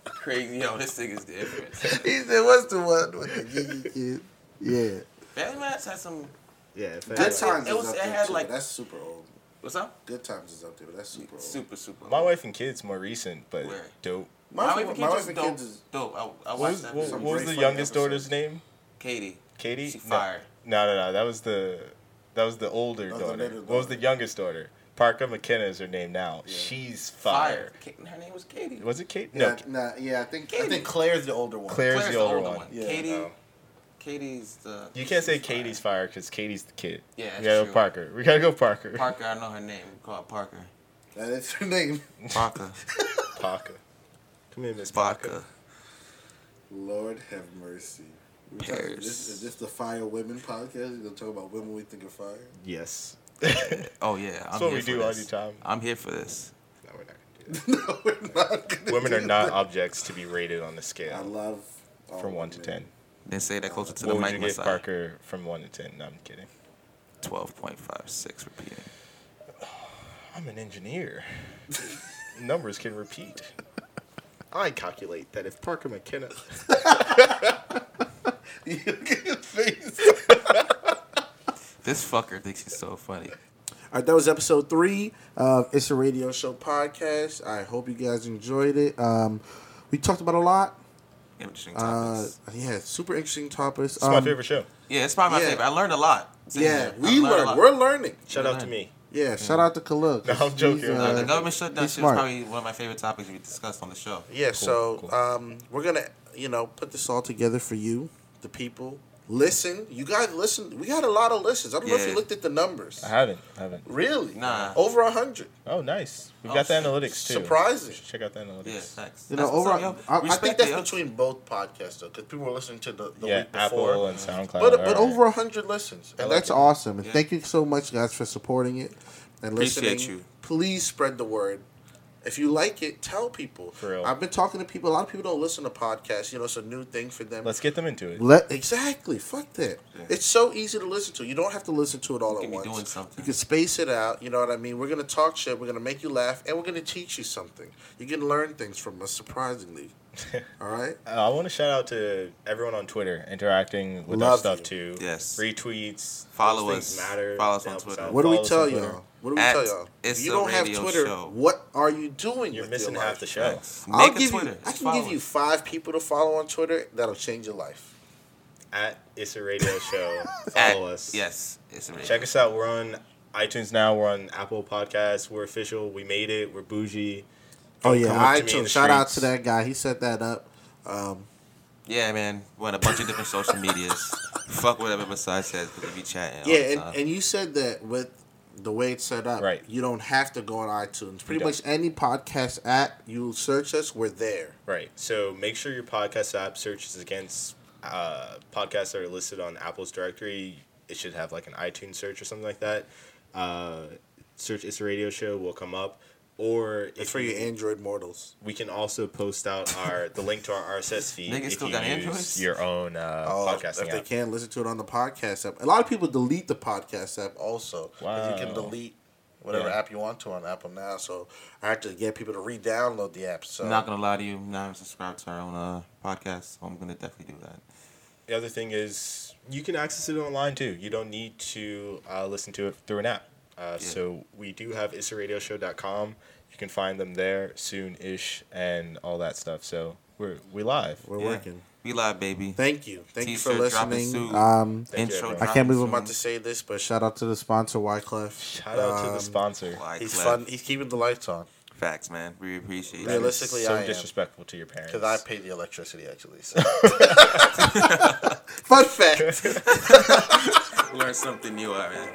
Crazy. Yo, this nigga's different. he said, "What's the one with the geeky kid?" Yeah, Family Matters had some. Yeah, Good That's- Times it was- is up it there had, too. like- that's super old. What's up? Good Times is up there, but that's super old. Super, super. My wife and kids more recent, but Where? dope. My, My my wife and my kids wife is and dope. kids is Dope. I, I What was, watched that. what, movie. some what was great the fucking youngest episodes. daughter's name? Katie. Katie. She No. fire. No, no, no. That was the that was the older That was the daughter. middle What was the daughter. youngest daughter? Parker McKenna is her name now. She's fire. Ka- Her name was Katie. Was it Kate? Yeah, No, nah, yeah, I think I Katie. think Claire's the older one. Claire's, Claire's the older, one. Yeah. Katie. Oh. Katie's the. You can't say she's fire. Katie's fire because Katie's the kid. Yeah, that's we gotta true. go Parker. We gotta go Parker. Parker. I know her name. We call her Parker. That is her name. Parker. Parker. Come here, Miss Vodka. Lord have mercy. We talking- Paris. This, is this the Fire Women podcast? We're gonna talk about women we think are fire. Yes. Oh yeah. I'm That's what here we for do all this. the time. I'm here for this. No, we're not gonna do no, we're not gonna that. Women do are not that. objects to be rated on a I scale love all from one to women. ten. Then say that closer to What the would mic. you my give side. Parker from one to ten? No, I'm kidding. Twelve point five six. Repeating. I'm an engineer. Numbers can repeat. I calculate that if Parker McKenna. This fucker thinks he's so funny. All right, that was episode three of It's a Radio Show podcast. I hope you guys enjoyed it. Um, We talked about a lot. Interesting Uh, topics. yeah, super interesting topics. It's my favorite show. yeah, it's probably my yeah. favorite. I learned a lot. Yeah, I've we learned a learn. lot. We're learning. Shout out to me. Yeah, shout out to Kaluk. No, I'm joking. He's, Uh, the uh, government shutdown he's shit was smart. probably one of my favorite topics we discussed on the show. Yeah, so Um, we're gonna, you know, put this all together for you, the people. Listen, you guys listen. We got a lot of listens. I don't know if Yeah. you looked at the numbers. I haven't. I haven't. Really? Nah. Over a hundred. Oh, nice. We've Oh, got the shit. analytics too. Surprising. Check out the Yeah, analytics. thanks. You know, That's what's over. up, I, yo. I Respect think it, that's yo. between both podcasts though, because people were listening to the, the Yeah, week before. Apple and SoundCloud. but uh, all but right. over a hundred listens, and like that's it. awesome. And Yeah. thank you so much, guys, for supporting it and Appreciate listening. you. Please spread the word. If you like it, tell people. For real. I've been talking to people. A lot of people don't listen to podcasts. You know, it's a new thing for them. Let's get them into it. Let exactly. Fuck that. Yeah. It's so easy to listen to. You don't have to listen to it all at Can be once. doing something. You can space it out. You know what I mean. We're gonna talk shit. We're gonna make you laugh, and we're gonna teach you something. You can learn things from us, surprisingly. all right. Uh, I want to shout out to everyone on Twitter interacting with Love our stuff you. too. Yes. Retweets. Follow Those things us. Follow us They on help Twitter. out. What do we Follow us tell on Twitter. y'all? What do we At tell y'all? It's if you a don't have radio Twitter, show. what are you doing? You're with missing your half life? the show. I'll Make a give Twitter. you. I Just can give follow you us. five people to follow on Twitter. That'll change your life. At It's a Radio Show. At- Follow us. Yes, it's a radio. Check us out. We're on iTunes now. We're on Apple Podcasts. We're official. We made it. We're bougie. Oh Come up yeah, to me in iTunes. the Shout out streets. to that guy. He set that up. Um, Yeah, man. We're on a bunch of different social medias. Fuck whatever Masai says because we be chatting. all the Yeah, time. and, and you said that with the way it's set up, Right. you don't have to go on iTunes. Pretty don't. much any podcast app, you search us, we're there. Right. So make sure your podcast app searches against uh, podcasts that are listed on Apple's directory. It should have like an iTunes search or something like that. Uh, search It's a Radio Show will come up. Or It's if for you, you Android mortals. we can also post out our the link to our RSS feed Niggas if still you got use Androids? your own uh, Oh, if podcasting they app. can't listen to it on the podcast app. A lot of people delete the podcast app also. 'cause You can Wow. delete whatever Yeah. app you want to on Apple now. So I have to get people to re-download the app. So I'm not gonna lie to you. Now I'm subscribed to our own uh, podcast, so I'm gonna definitely do that. The other thing is you can access it online too. You don't need to uh, listen to it through an app. Uh, So we do have issaradioshow.com. You can find them there soon ish and all that stuff. So we're we live. we're Yeah. working. We live, baby. Thank you. Thank you for T-shirt dropping listening. soon. Um, Thank you, Intro. everyone. I can't believe I'm dropping about to soon. say this, but shout out to the sponsor, Wyclef. Shout out to Um, the sponsor. Why He's clap? fun. He's keeping the lights on. Facts, man. We appreciate That is it. realistically, so I am. disrespectful to your parents. Because I pay the electricity, actually. So. Fun fact. Learn something new, all right.